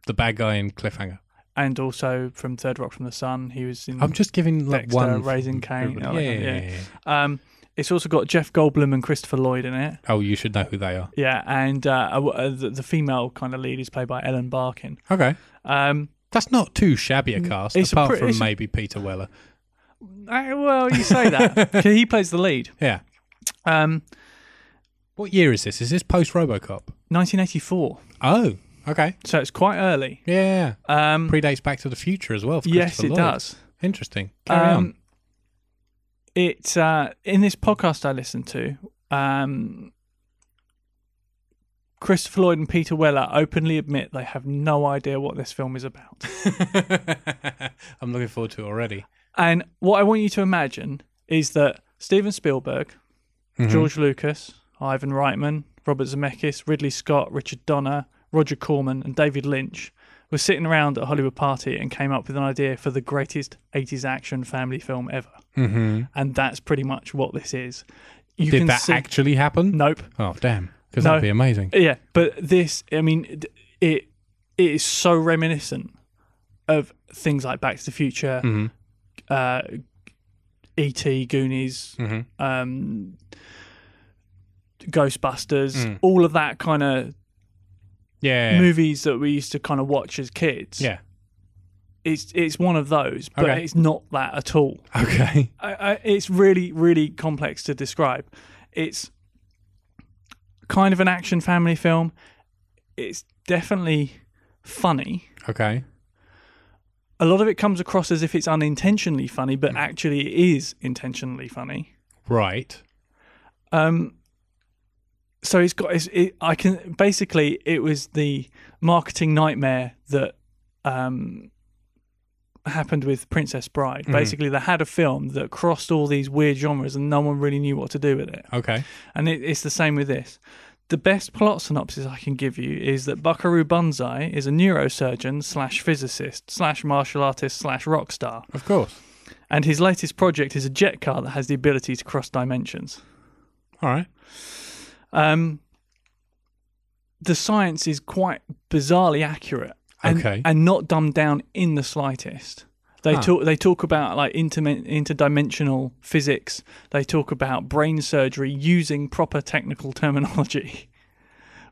the bad guy in Cliffhanger. and also from Third Rock from the Sun, he was in I'm just giving like Dexter, one. Raising Cain. yeah, all that yeah, kind of- yeah, yeah. yeah. Um, it's also got Jeff Goldblum and Christopher Lloyd in it. Oh, you should know who they are. Yeah, and uh, uh, uh, the, the female kind of lead is played by Ellen Barkin. Okay. Um, That's not too shabby a cast, Mm, It's a apart pre- from it's a- maybe Peter Weller. I- uh, well, you say that 'Cause he plays the lead. Yeah. Um, What year is this? Is this post Robocop? 1984, Oh, okay. so it's quite early. Yeah, Yeah. Um, Predates Back to the Future as well. For yes, Christopher it Lloyd. does. Interesting. Carry on. Um, It uh, in this podcast I listened to, um, Christopher Lloyd and Peter Weller openly admit they have no idea what this film is about. I'm looking forward to it already. and what I want you to imagine is that Steven Spielberg, Mm-hmm. George Lucas, Ivan Reitman, Robert Zemeckis, Ridley Scott, Richard Donner, Roger Corman, and David Lynch were sitting around at a Hollywood party and came up with an idea for the greatest 80s action family film ever. Mm-hmm. and that's pretty much what this is. You Did that see- actually happen? Nope. Oh, damn. Because No. that'd be amazing. Yeah, but this, I mean, d- it it is so reminiscent of things like Back to the Future, Mhm. uh, E.T., Goonies, Mhm. um, Ghostbusters, all of that kind of Mm. Yeah. movies that we used to kind of watch as kids. Yeah. It's it's one of those, but Okay. it's not that at all. Okay. I, I, it's really, really complex to describe. It's kind of an action family film. It's definitely funny. Okay. A lot of it comes across as if it's unintentionally funny, but actually it is intentionally funny. Right. Um, so it's got. It's, it, I can basically. It was the marketing nightmare that um, happened with Princess Bride. Basically, they had a film that crossed all these weird genres, and no one really knew what to do with it. Okay. And it, it's the same with this. The best plot synopsis I can give you is that Buckaroo Banzai is a neurosurgeon slash physicist slash martial artist slash rock star, Of course. and his latest project is a jet car that has the ability to cross dimensions. All right. Um, the science is quite bizarrely accurate and, Okay. and not dumbed down in the slightest. They Huh. talk they talk about like intermi- interdimensional physics. They talk about brain surgery using proper technical terminology.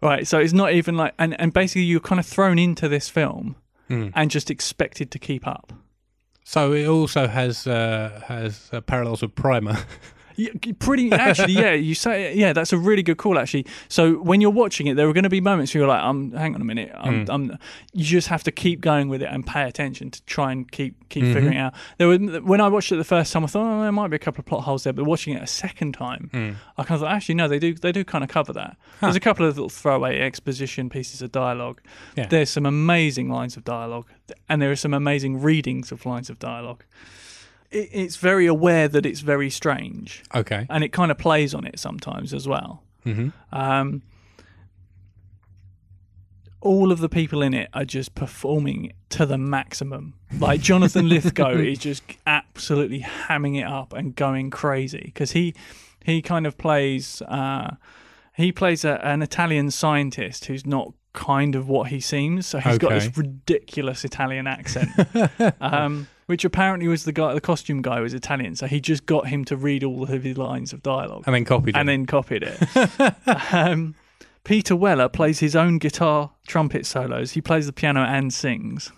right, so it's not even like and, and basically you're kind of thrown into this film Hmm. and just expected to keep up. So it also has uh, has uh, parallels with Primer. Yeah, pretty actually, yeah. You say, yeah, that's a really good call actually. So when you're watching it, there are going to be moments where you're like, "I'm, hang on a minute, I'm, I'm." You just have to keep going with it and pay attention to try and keep keep figuring it out. There were when I watched it the first time, I thought, "Oh, there might be a couple of plot holes there," but watching it a second time, I kind of thought, actually, no, they do they do kind of cover that. There's a couple of little throwaway exposition pieces of dialogue. Yeah. There's some amazing lines of dialogue, and there are some amazing readings of lines of dialogue. It, it's very aware that it's very strange okay. and it kind of plays on it sometimes as well. Mhm. Um, all of the people in it are just performing to the maximum. Like Jonathan Lithgow is just absolutely hamming it up and going crazy because he he kind of plays uh, he plays a, an Italian scientist who's not kind of what he seems. So he's got this Okay. ridiculous Italian accent. um, which apparently was the guy, the costume guy was Italian, so he just got Oh, him to read all of his lines of dialogue And then copied it. and then copied it. um, Peter Weller plays his own guitar trumpet solos. He plays the piano and sings.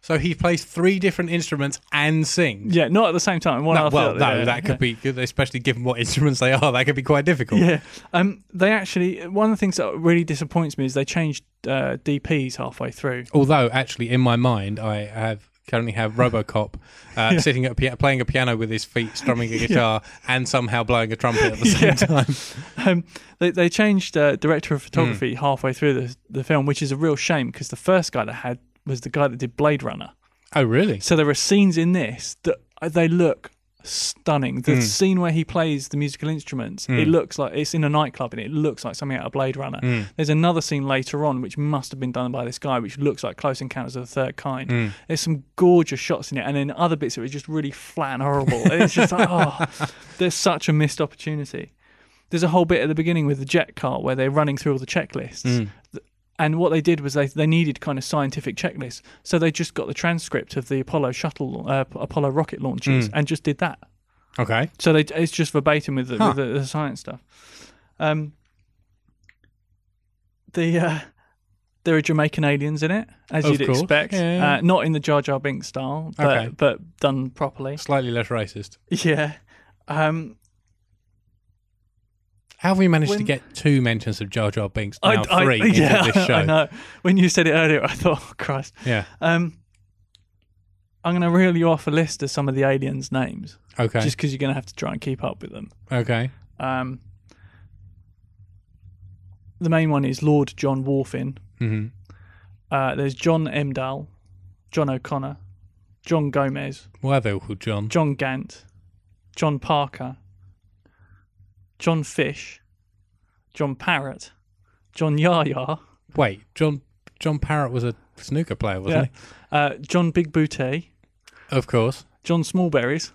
So he plays three different instruments and sings. Yeah, not at the same time. One No, after well, the no, other, yeah. that could be, especially given what instruments they are, that could be quite difficult. Yeah, um, they actually one of the things that really disappoints me is they changed uh, DPs halfway through. Although, actually, in my mind, I have currently have RoboCop uh, sitting at a pia- playing a piano with his feet, strumming a guitar, and somehow blowing a trumpet at the same Yeah. time. Um, they they changed uh, director of Hmm. photography halfway through the the film, which is a real shame because the first guy that had was the guy that did Blade Runner. Oh, really? So there are scenes in this that uh, they look stunning. The scene where he plays the musical instruments, it looks like it's in a nightclub and it looks like something out of Blade Runner. There's another scene later on which must have been done by this guy, which looks like Close Encounters of the Third Kind. There's some gorgeous shots in it, and then other bits that were just really flat and horrible. And it's just like, oh, there's such a missed opportunity. There's a whole bit at the beginning with the jet car where they're running through all the checklists. Th- And what they did was they, they needed kind of scientific checklists. So they just got the transcript of the Apollo shuttle, uh, Apollo rocket launches Mm. and just did that. Okay. So they, it's just verbatim with the, Huh. with the, the science stuff. Um, the uh, there are Jamaican aliens in it, as Of you'd course. expect. Yeah, yeah. Uh, not in the Jar Jar Binks style, but, Okay. but done properly. Slightly less racist. Yeah. Um, How have we managed to When- get two mentions of Jar Jar Binks now three into yeah, this show? I know. When you said it earlier, I thought, oh, Christ. Yeah. Um, I'm going to reel you off a list of some of the aliens' names, Okay. just because you're going to have to try and keep up with them. okay. Um, the main one is Lord John Warfin. Mhm. Uh, there's John Emdal, John O'Connor, John Gomez, Why are they all called John? John Gant, John Parker, John Fish, John Parrott, John Yaya, Wait, John John Parrott was a snooker player, wasn't uh, John Big Booty, he? Of course. John Smallberries,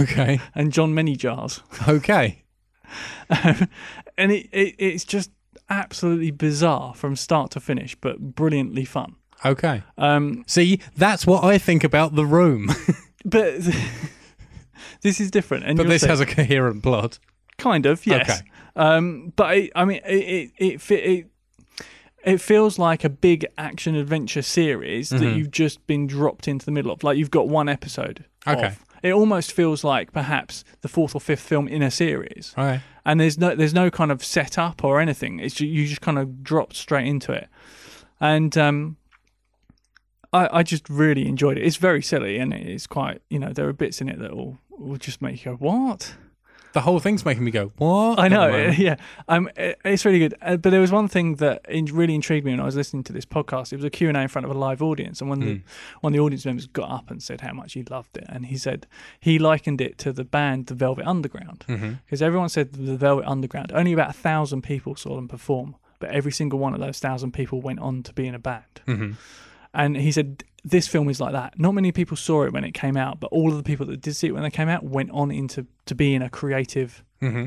Okay. and John Many Jars. Okay. and it, it, it's just absolutely bizarre from start to finish, but brilliantly fun. Okay. Um, See, that's what I think about the room. but this is different. And but you'll this see. has a coherent plot. kind of yes. Okay. Um, but it, I mean, it it it, fe- it it feels like a big action adventure series Mm-hmm. that you've just been dropped into the middle of. Like you've got one episode. Okay. Of. It almost feels like perhaps the fourth or fifth film in a series. Okay. and there's no there's no kind of setup or anything. It's ju- you just kind of dropped straight into it, and um, I I just really enjoyed it. It's very silly and it's quite you know there are bits in it that will will just make you go what The whole thing's making me go, what? I at the know moment? yeah um it- it's really good. Uh, but there was one thing that in, really intrigued me when I was listening to this podcast. It was a Q and A in front of a live audience, and one of the, Hmm. one of the audience members got up and said how much he loved it, and he said he likened it to the band The Velvet Underground Mm-hmm. because everyone said the Velvet Underground. Only about a thousand people saw them perform, but every single one of those thousand people went on to be in a band. And he said this film is like that. Not many people saw it when it came out, but all of the people that did see it when they came out went on into to be in a creative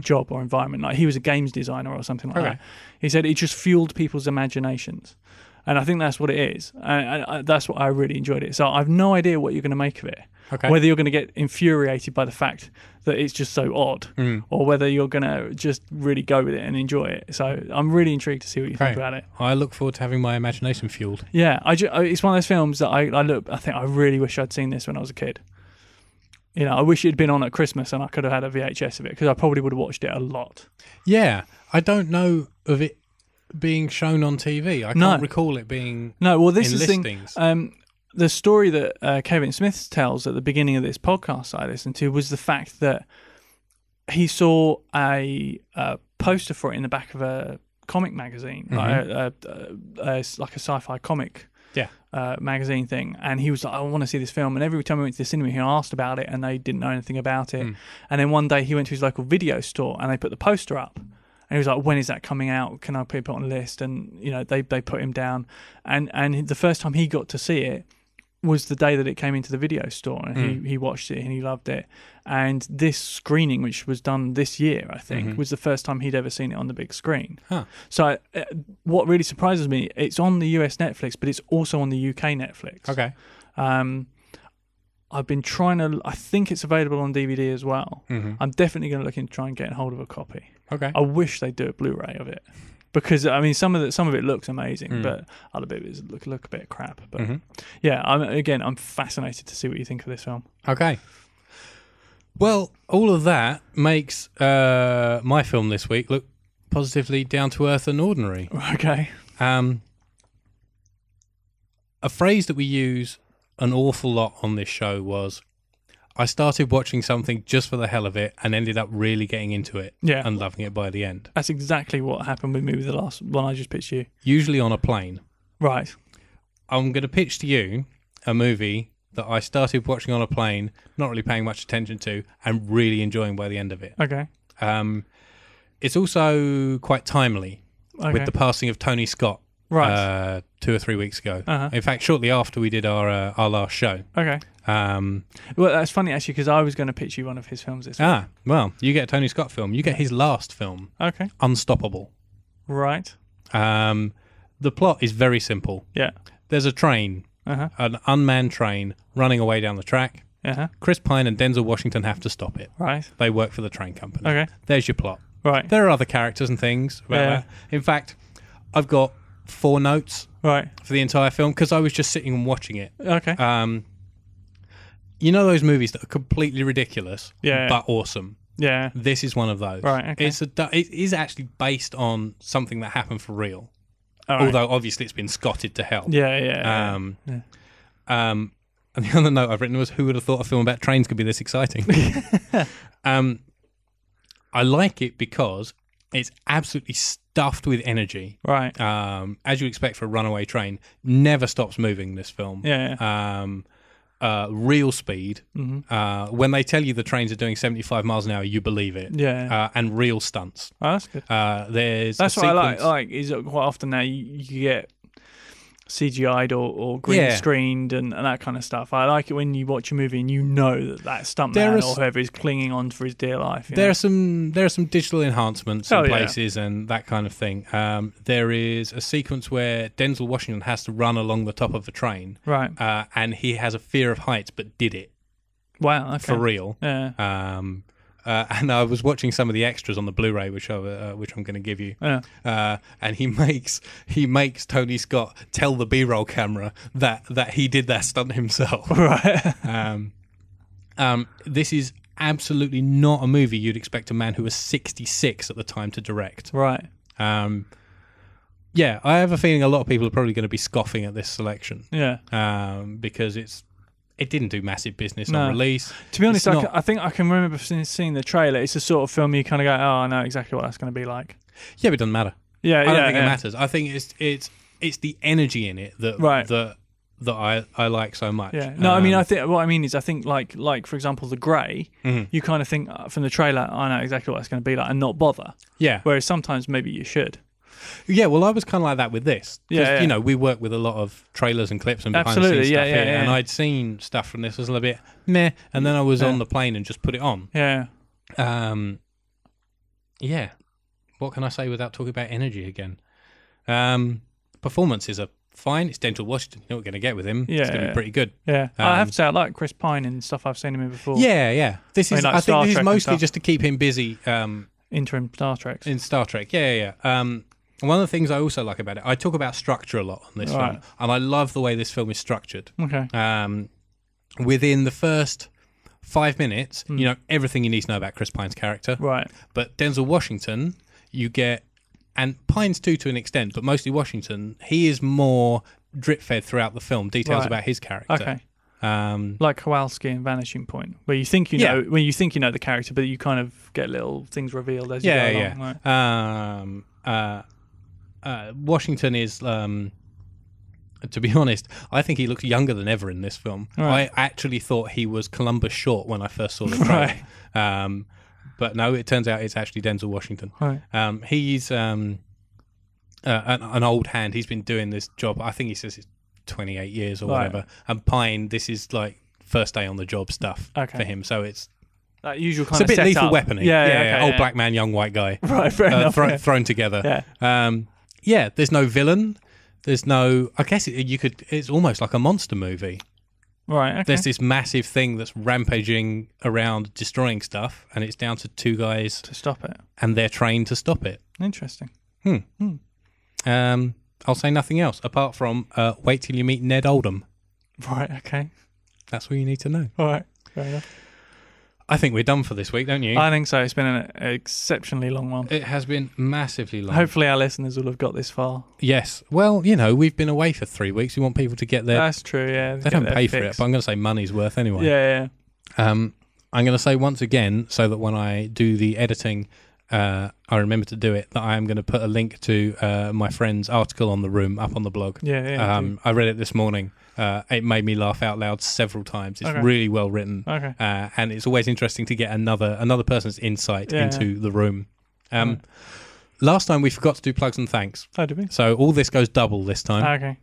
job or environment. Like he was a games designer or something like Mm-hmm. Okay. that. He said it just fueled people's imaginations. And I think that's what it is. And I, I, that's what I really enjoyed it. So I've no idea what you're going to make of it Okay. whether you're going to get infuriated by the fact that it's just so odd Mm. or whether you're going to just really go with it and enjoy it so i'm really intrigued to see what you Okay. think about it I look forward to having my imagination fueled. yeah I ju- I- it's one of those films that I, I look i think i really wish i'd seen this when i was a kid you know i wish it had been on at christmas and i could have had a vhs of it because i probably would have watched it a lot Yeah. I don't know of it being shown on TV. I No. can't recall it being. no well this In is the thing listings. um, the story that uh, kevin smith tells at the beginning of this podcast i listened to was the fact that he saw a, uh poster for it in the back of a comic magazine, like, a, a, a, a- like a sci-fi comic Yeah. uh, magazine thing, and he was like, "I want to see this film." And every time we went to the cinema, he asked about it, and they didn't know anything about it. And then one day, he went to his local video store, and they put the poster up. And he was like, "When is that coming out? Can I put it on a list?" And you know, they they put him down. And and the first time he got to see it, was the day that it came into the video store and Hmm. he, he watched it and he loved it and this screening which was done this year i think was the first time he'd ever seen it on the big screen Mm-hmm. Huh. so uh, what really surprises me it's on the us netflix but it's also on the uk netflix Okay. um, i've been trying to i think it's available on dvd as well i'm definitely going to look into trying and getting hold of a copy Mm-hmm. Okay. i wish they'd do a blu-ray of it because I mean some of the, some of it looks amazing, Mm. but other bit is look look a bit crap. But Mhm. yeah, I'm again I'm fascinated to see what you think of this film. Okay. Well, all of that makes uh, my film this week look positively down to earth and ordinary. Okay, Um, a phrase that we use an awful lot on this show was I started watching something just for the hell of it and ended up really getting into it yeah, and loving it by the end, that's exactly what happened with me with the last one I just pitched you. usually on a plane. Right, I'm going to pitch to you a movie that I started watching on a plane, not really paying much attention to, and really enjoying by the end of it. okay, Um, it's also quite timely okay, with the passing of Tony Scott right, uh, two or three weeks ago. Uh-huh. In fact, shortly after we did our uh, our last show. okay. Um, Well, that's funny actually because I was going to pitch you one of his films this. ah, well, you get a Tony Scott film. You get his last film, week. Okay, Unstoppable. right, Um, the plot is very simple. yeah, There's a train, uh huh, an unmanned train, running away down the track. uh huh, Chris Pine and Denzel Washington have to stop it. right, They work for the train company. okay, There's your plot. right, There are other characters and things. about Yeah. that. In fact, I've got four notes right, for the entire film because I was just sitting and watching it. okay, Um, you know those movies that are completely ridiculous, Yeah. but awesome. yeah, This is one of those. Right, okay. It's a. du- It is actually based on something that happened for real, all right. although obviously it's been scotted to hell. yeah, yeah, yeah. Um, um, and the other note I've written was, "Who would have thought a film about trains could be this exciting?" um, I like it because it's absolutely stuffed with energy, right, um, as you expect for a runaway train. Never stops moving. This film, yeah, yeah. um, uh, real speed. Mm-hmm. Uh, when they tell you the trains are doing seventy-five miles an hour, you believe it. yeah. Uh, and real stunts. oh, that's good. Uh, there's That's a what I like. sequence- Like is that quite often now you, you get CGI'd or, or green Yeah. screened and, and that kind of stuff. I like it when you watch a movie and you know that that There stuntman are or s- whoever is clinging on for his dear life. you There are some there are some digital enhancements Oh, in yeah. places and that kind of thing. Um, there is a sequence where Denzel Washington has to run along the top of a train, know? right? uh, and he has a fear of heights, but did it Wow. Okay. for real. Yeah. Um, uh, and I was watching some of the extras on the Blu-ray, which I, uh, which I'm going to give you. Yeah. Uh, and he makes he makes Tony Scott tell the B-roll camera that that he did that stunt himself. Right. Um, um, this is absolutely not a movie you'd expect a man who was 66 at the time to direct. right. Um, yeah, I have a feeling a lot of people are probably going to be scoffing at this selection Yeah. um, because it's it didn't do massive business No. on release. To be honest, I, not- can, I think I can remember seeing, seeing the trailer. It's the sort of film you kind of go, "Oh, I know exactly what that's going to be like." Yeah, but it doesn't matter. Yeah. I yeah. don't think yeah. it matters. I think it's it's it's the energy in it that Right. that that I, I like so much. Yeah. No, I mean, Um, Mm-hmm. I think what I mean is, I think like like for example, the grey. You kind of think uh, from the trailer, I know exactly what it's going to be like, and not bother. yeah, Whereas sometimes maybe you should. Yeah, well, I was kind of like that with this. 'Cause, Yeah, yeah. you know, we work with a lot of trailers and clips and behind the Absolutely, scenes yeah, stuff yeah, here, yeah. and I'd seen stuff from this. I was a little bit meh, and then I was Yeah. on the plane and just put it on. Yeah. Um, yeah, what can I say without talking about energy again? Um, performances are fine. It's Dental Washington. You know what we're going to get with him. Yeah, it's going to yeah. be pretty good. Yeah. I have Um, to say, I like Chris Pine and stuff I've seen him in before. Yeah, yeah. This I mean, is. I, like think Star this Trek is and mostly stuff. just to keep him busy um, Interim Star Trek. in Star Trek. Yeah, yeah, yeah. Um, one of the things I also like about it, I talk about structure a lot on this Right. film, and I love the way this film is structured. okay. um, within the first five minutes, you know everything you need to know about Chris Pine's character. Hmm. Right. But Denzel Washington, you get, and Pines too to an extent, but mostly Washington. He is more drip fed throughout the film. Details Right. about his character. Okay. Um, Like Kowalski and Vanishing Point, where you think you Yeah. know, where you think you know the character, but you kind of get little things revealed as yeah, you go yeah. along. Right. Um, uh, uh, Washington is. Um, to be honest, I think he looks younger than ever in this film. Right. I actually thought he was Columbus Short when I first saw the trailer. Um, but no, it turns out it's actually Denzel Washington. Right. Um, he's um, uh, an, an old hand. He's been doing this job. I think he says it's 28 years or Right. whatever. And Pine, this is like first day on the job stuff Okay. for him. So it's That usual kind it's a of bit lethal setup. weaponing. Yeah. yeah, Yeah. yeah. okay, old yeah. black man, young white guy Right. Fair uh, enough. thrown, yeah. thrown together. Yeah. Um, yeah, there's no villain. There's no. I guess it, you could. It's almost like a monster movie. Right. Okay. There's this massive thing that's rampaging around, destroying stuff, and it's down to two guys to stop it. and they're trained to stop it. Interesting. Um, I'll say nothing else apart from uh, wait till you meet Ned Oldham. Right. Okay. That's all you need to know. All right. Fair enough. I think we're done for this week, don't you? I think so. It's been an exceptionally long one. it has been massively long. Hopefully, our listeners will have got this far. yes. Well, you know, we've been away for three weeks. We want people to get their. That's true. Yeah. they don't pay for it, but I'm going to say money's worth anyway. yeah, yeah. Um, I'm going to say once again, so that when I do the editing, uh, I remember to do it, that I am going to put a link to uh, my friend's article on the room up on the blog. Yeah. Yeah. um, I read it this morning. Uh, it made me laugh out loud several times. It's Okay. Oh. really well written, do. okay. uh, and it's always interesting to get another another person's insight Yeah. into the room. Um, Right. Last time we forgot to do plugs and thanks, Oh, did we? so all this goes double this time. Okay.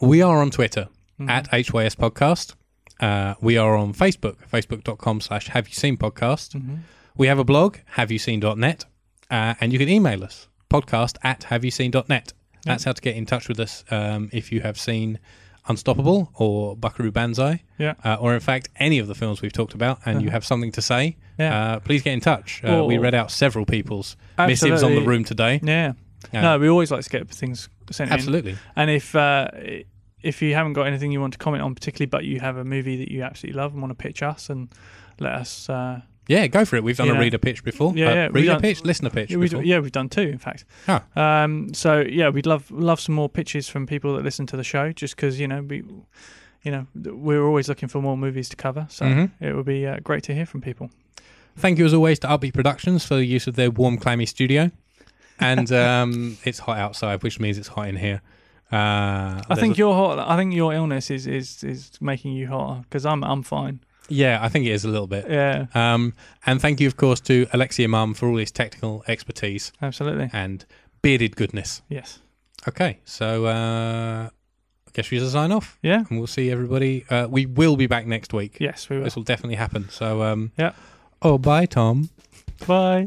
We are on Twitter Mhm. at HYS Podcast. Uh, we are on Facebook, facebook.com slash have you seen podcast. Mhm. We have a blog, have you seen.net, uh, and you can email us podcast at have you seen.net. That's how to get in touch with us um, if you have seen Unstoppable or Buckaroo Banzai, Yeah. Uh-huh. uh, or in fact any of the films we've talked about, and you have something to say. Yeah. Uh, please get in touch. Uh, we Or- read out several people's missives on the Absolutely. room today. Yeah. Yeah. No, we always like to get things sent in. Absolutely. And if uh, if you haven't got anything you want to comment on particularly, but you have a movie that you absolutely love and want to pitch us and let us, uh, Yeah, go for it. We've done Yeah. a reader pitch before. Yeah, uh, yeah, we Reader don't- pitch, listener pitch. yeah, we, before. yeah, we've done two in fact. Ah. Um, so yeah, we'd love love some more pitches from people that listen to the show, just because you know we, you know, th- we're always looking for more movies to cover. So Mhm. it would be uh, great to hear from people. Thank you as always to Upbeat Productions for the use of their warm, clammy studio. And um, it's hot outside, which means it's hot in here. Uh, I think your hot, I think your illness is is is making you hotter because I'm I'm fine. yeah, I think it is a little bit. Yeah, Um, and thank you, of course, to Alexia Mum for all his technical expertise absolutely. and bearded goodness. Yes. Okay, so uh, I guess we just sign off, Yeah. and we'll see everybody. Uh, we will be back next week. Yes, we will. This will definitely happen. So, um, Yeah. Oh, bye, Tom. Bye.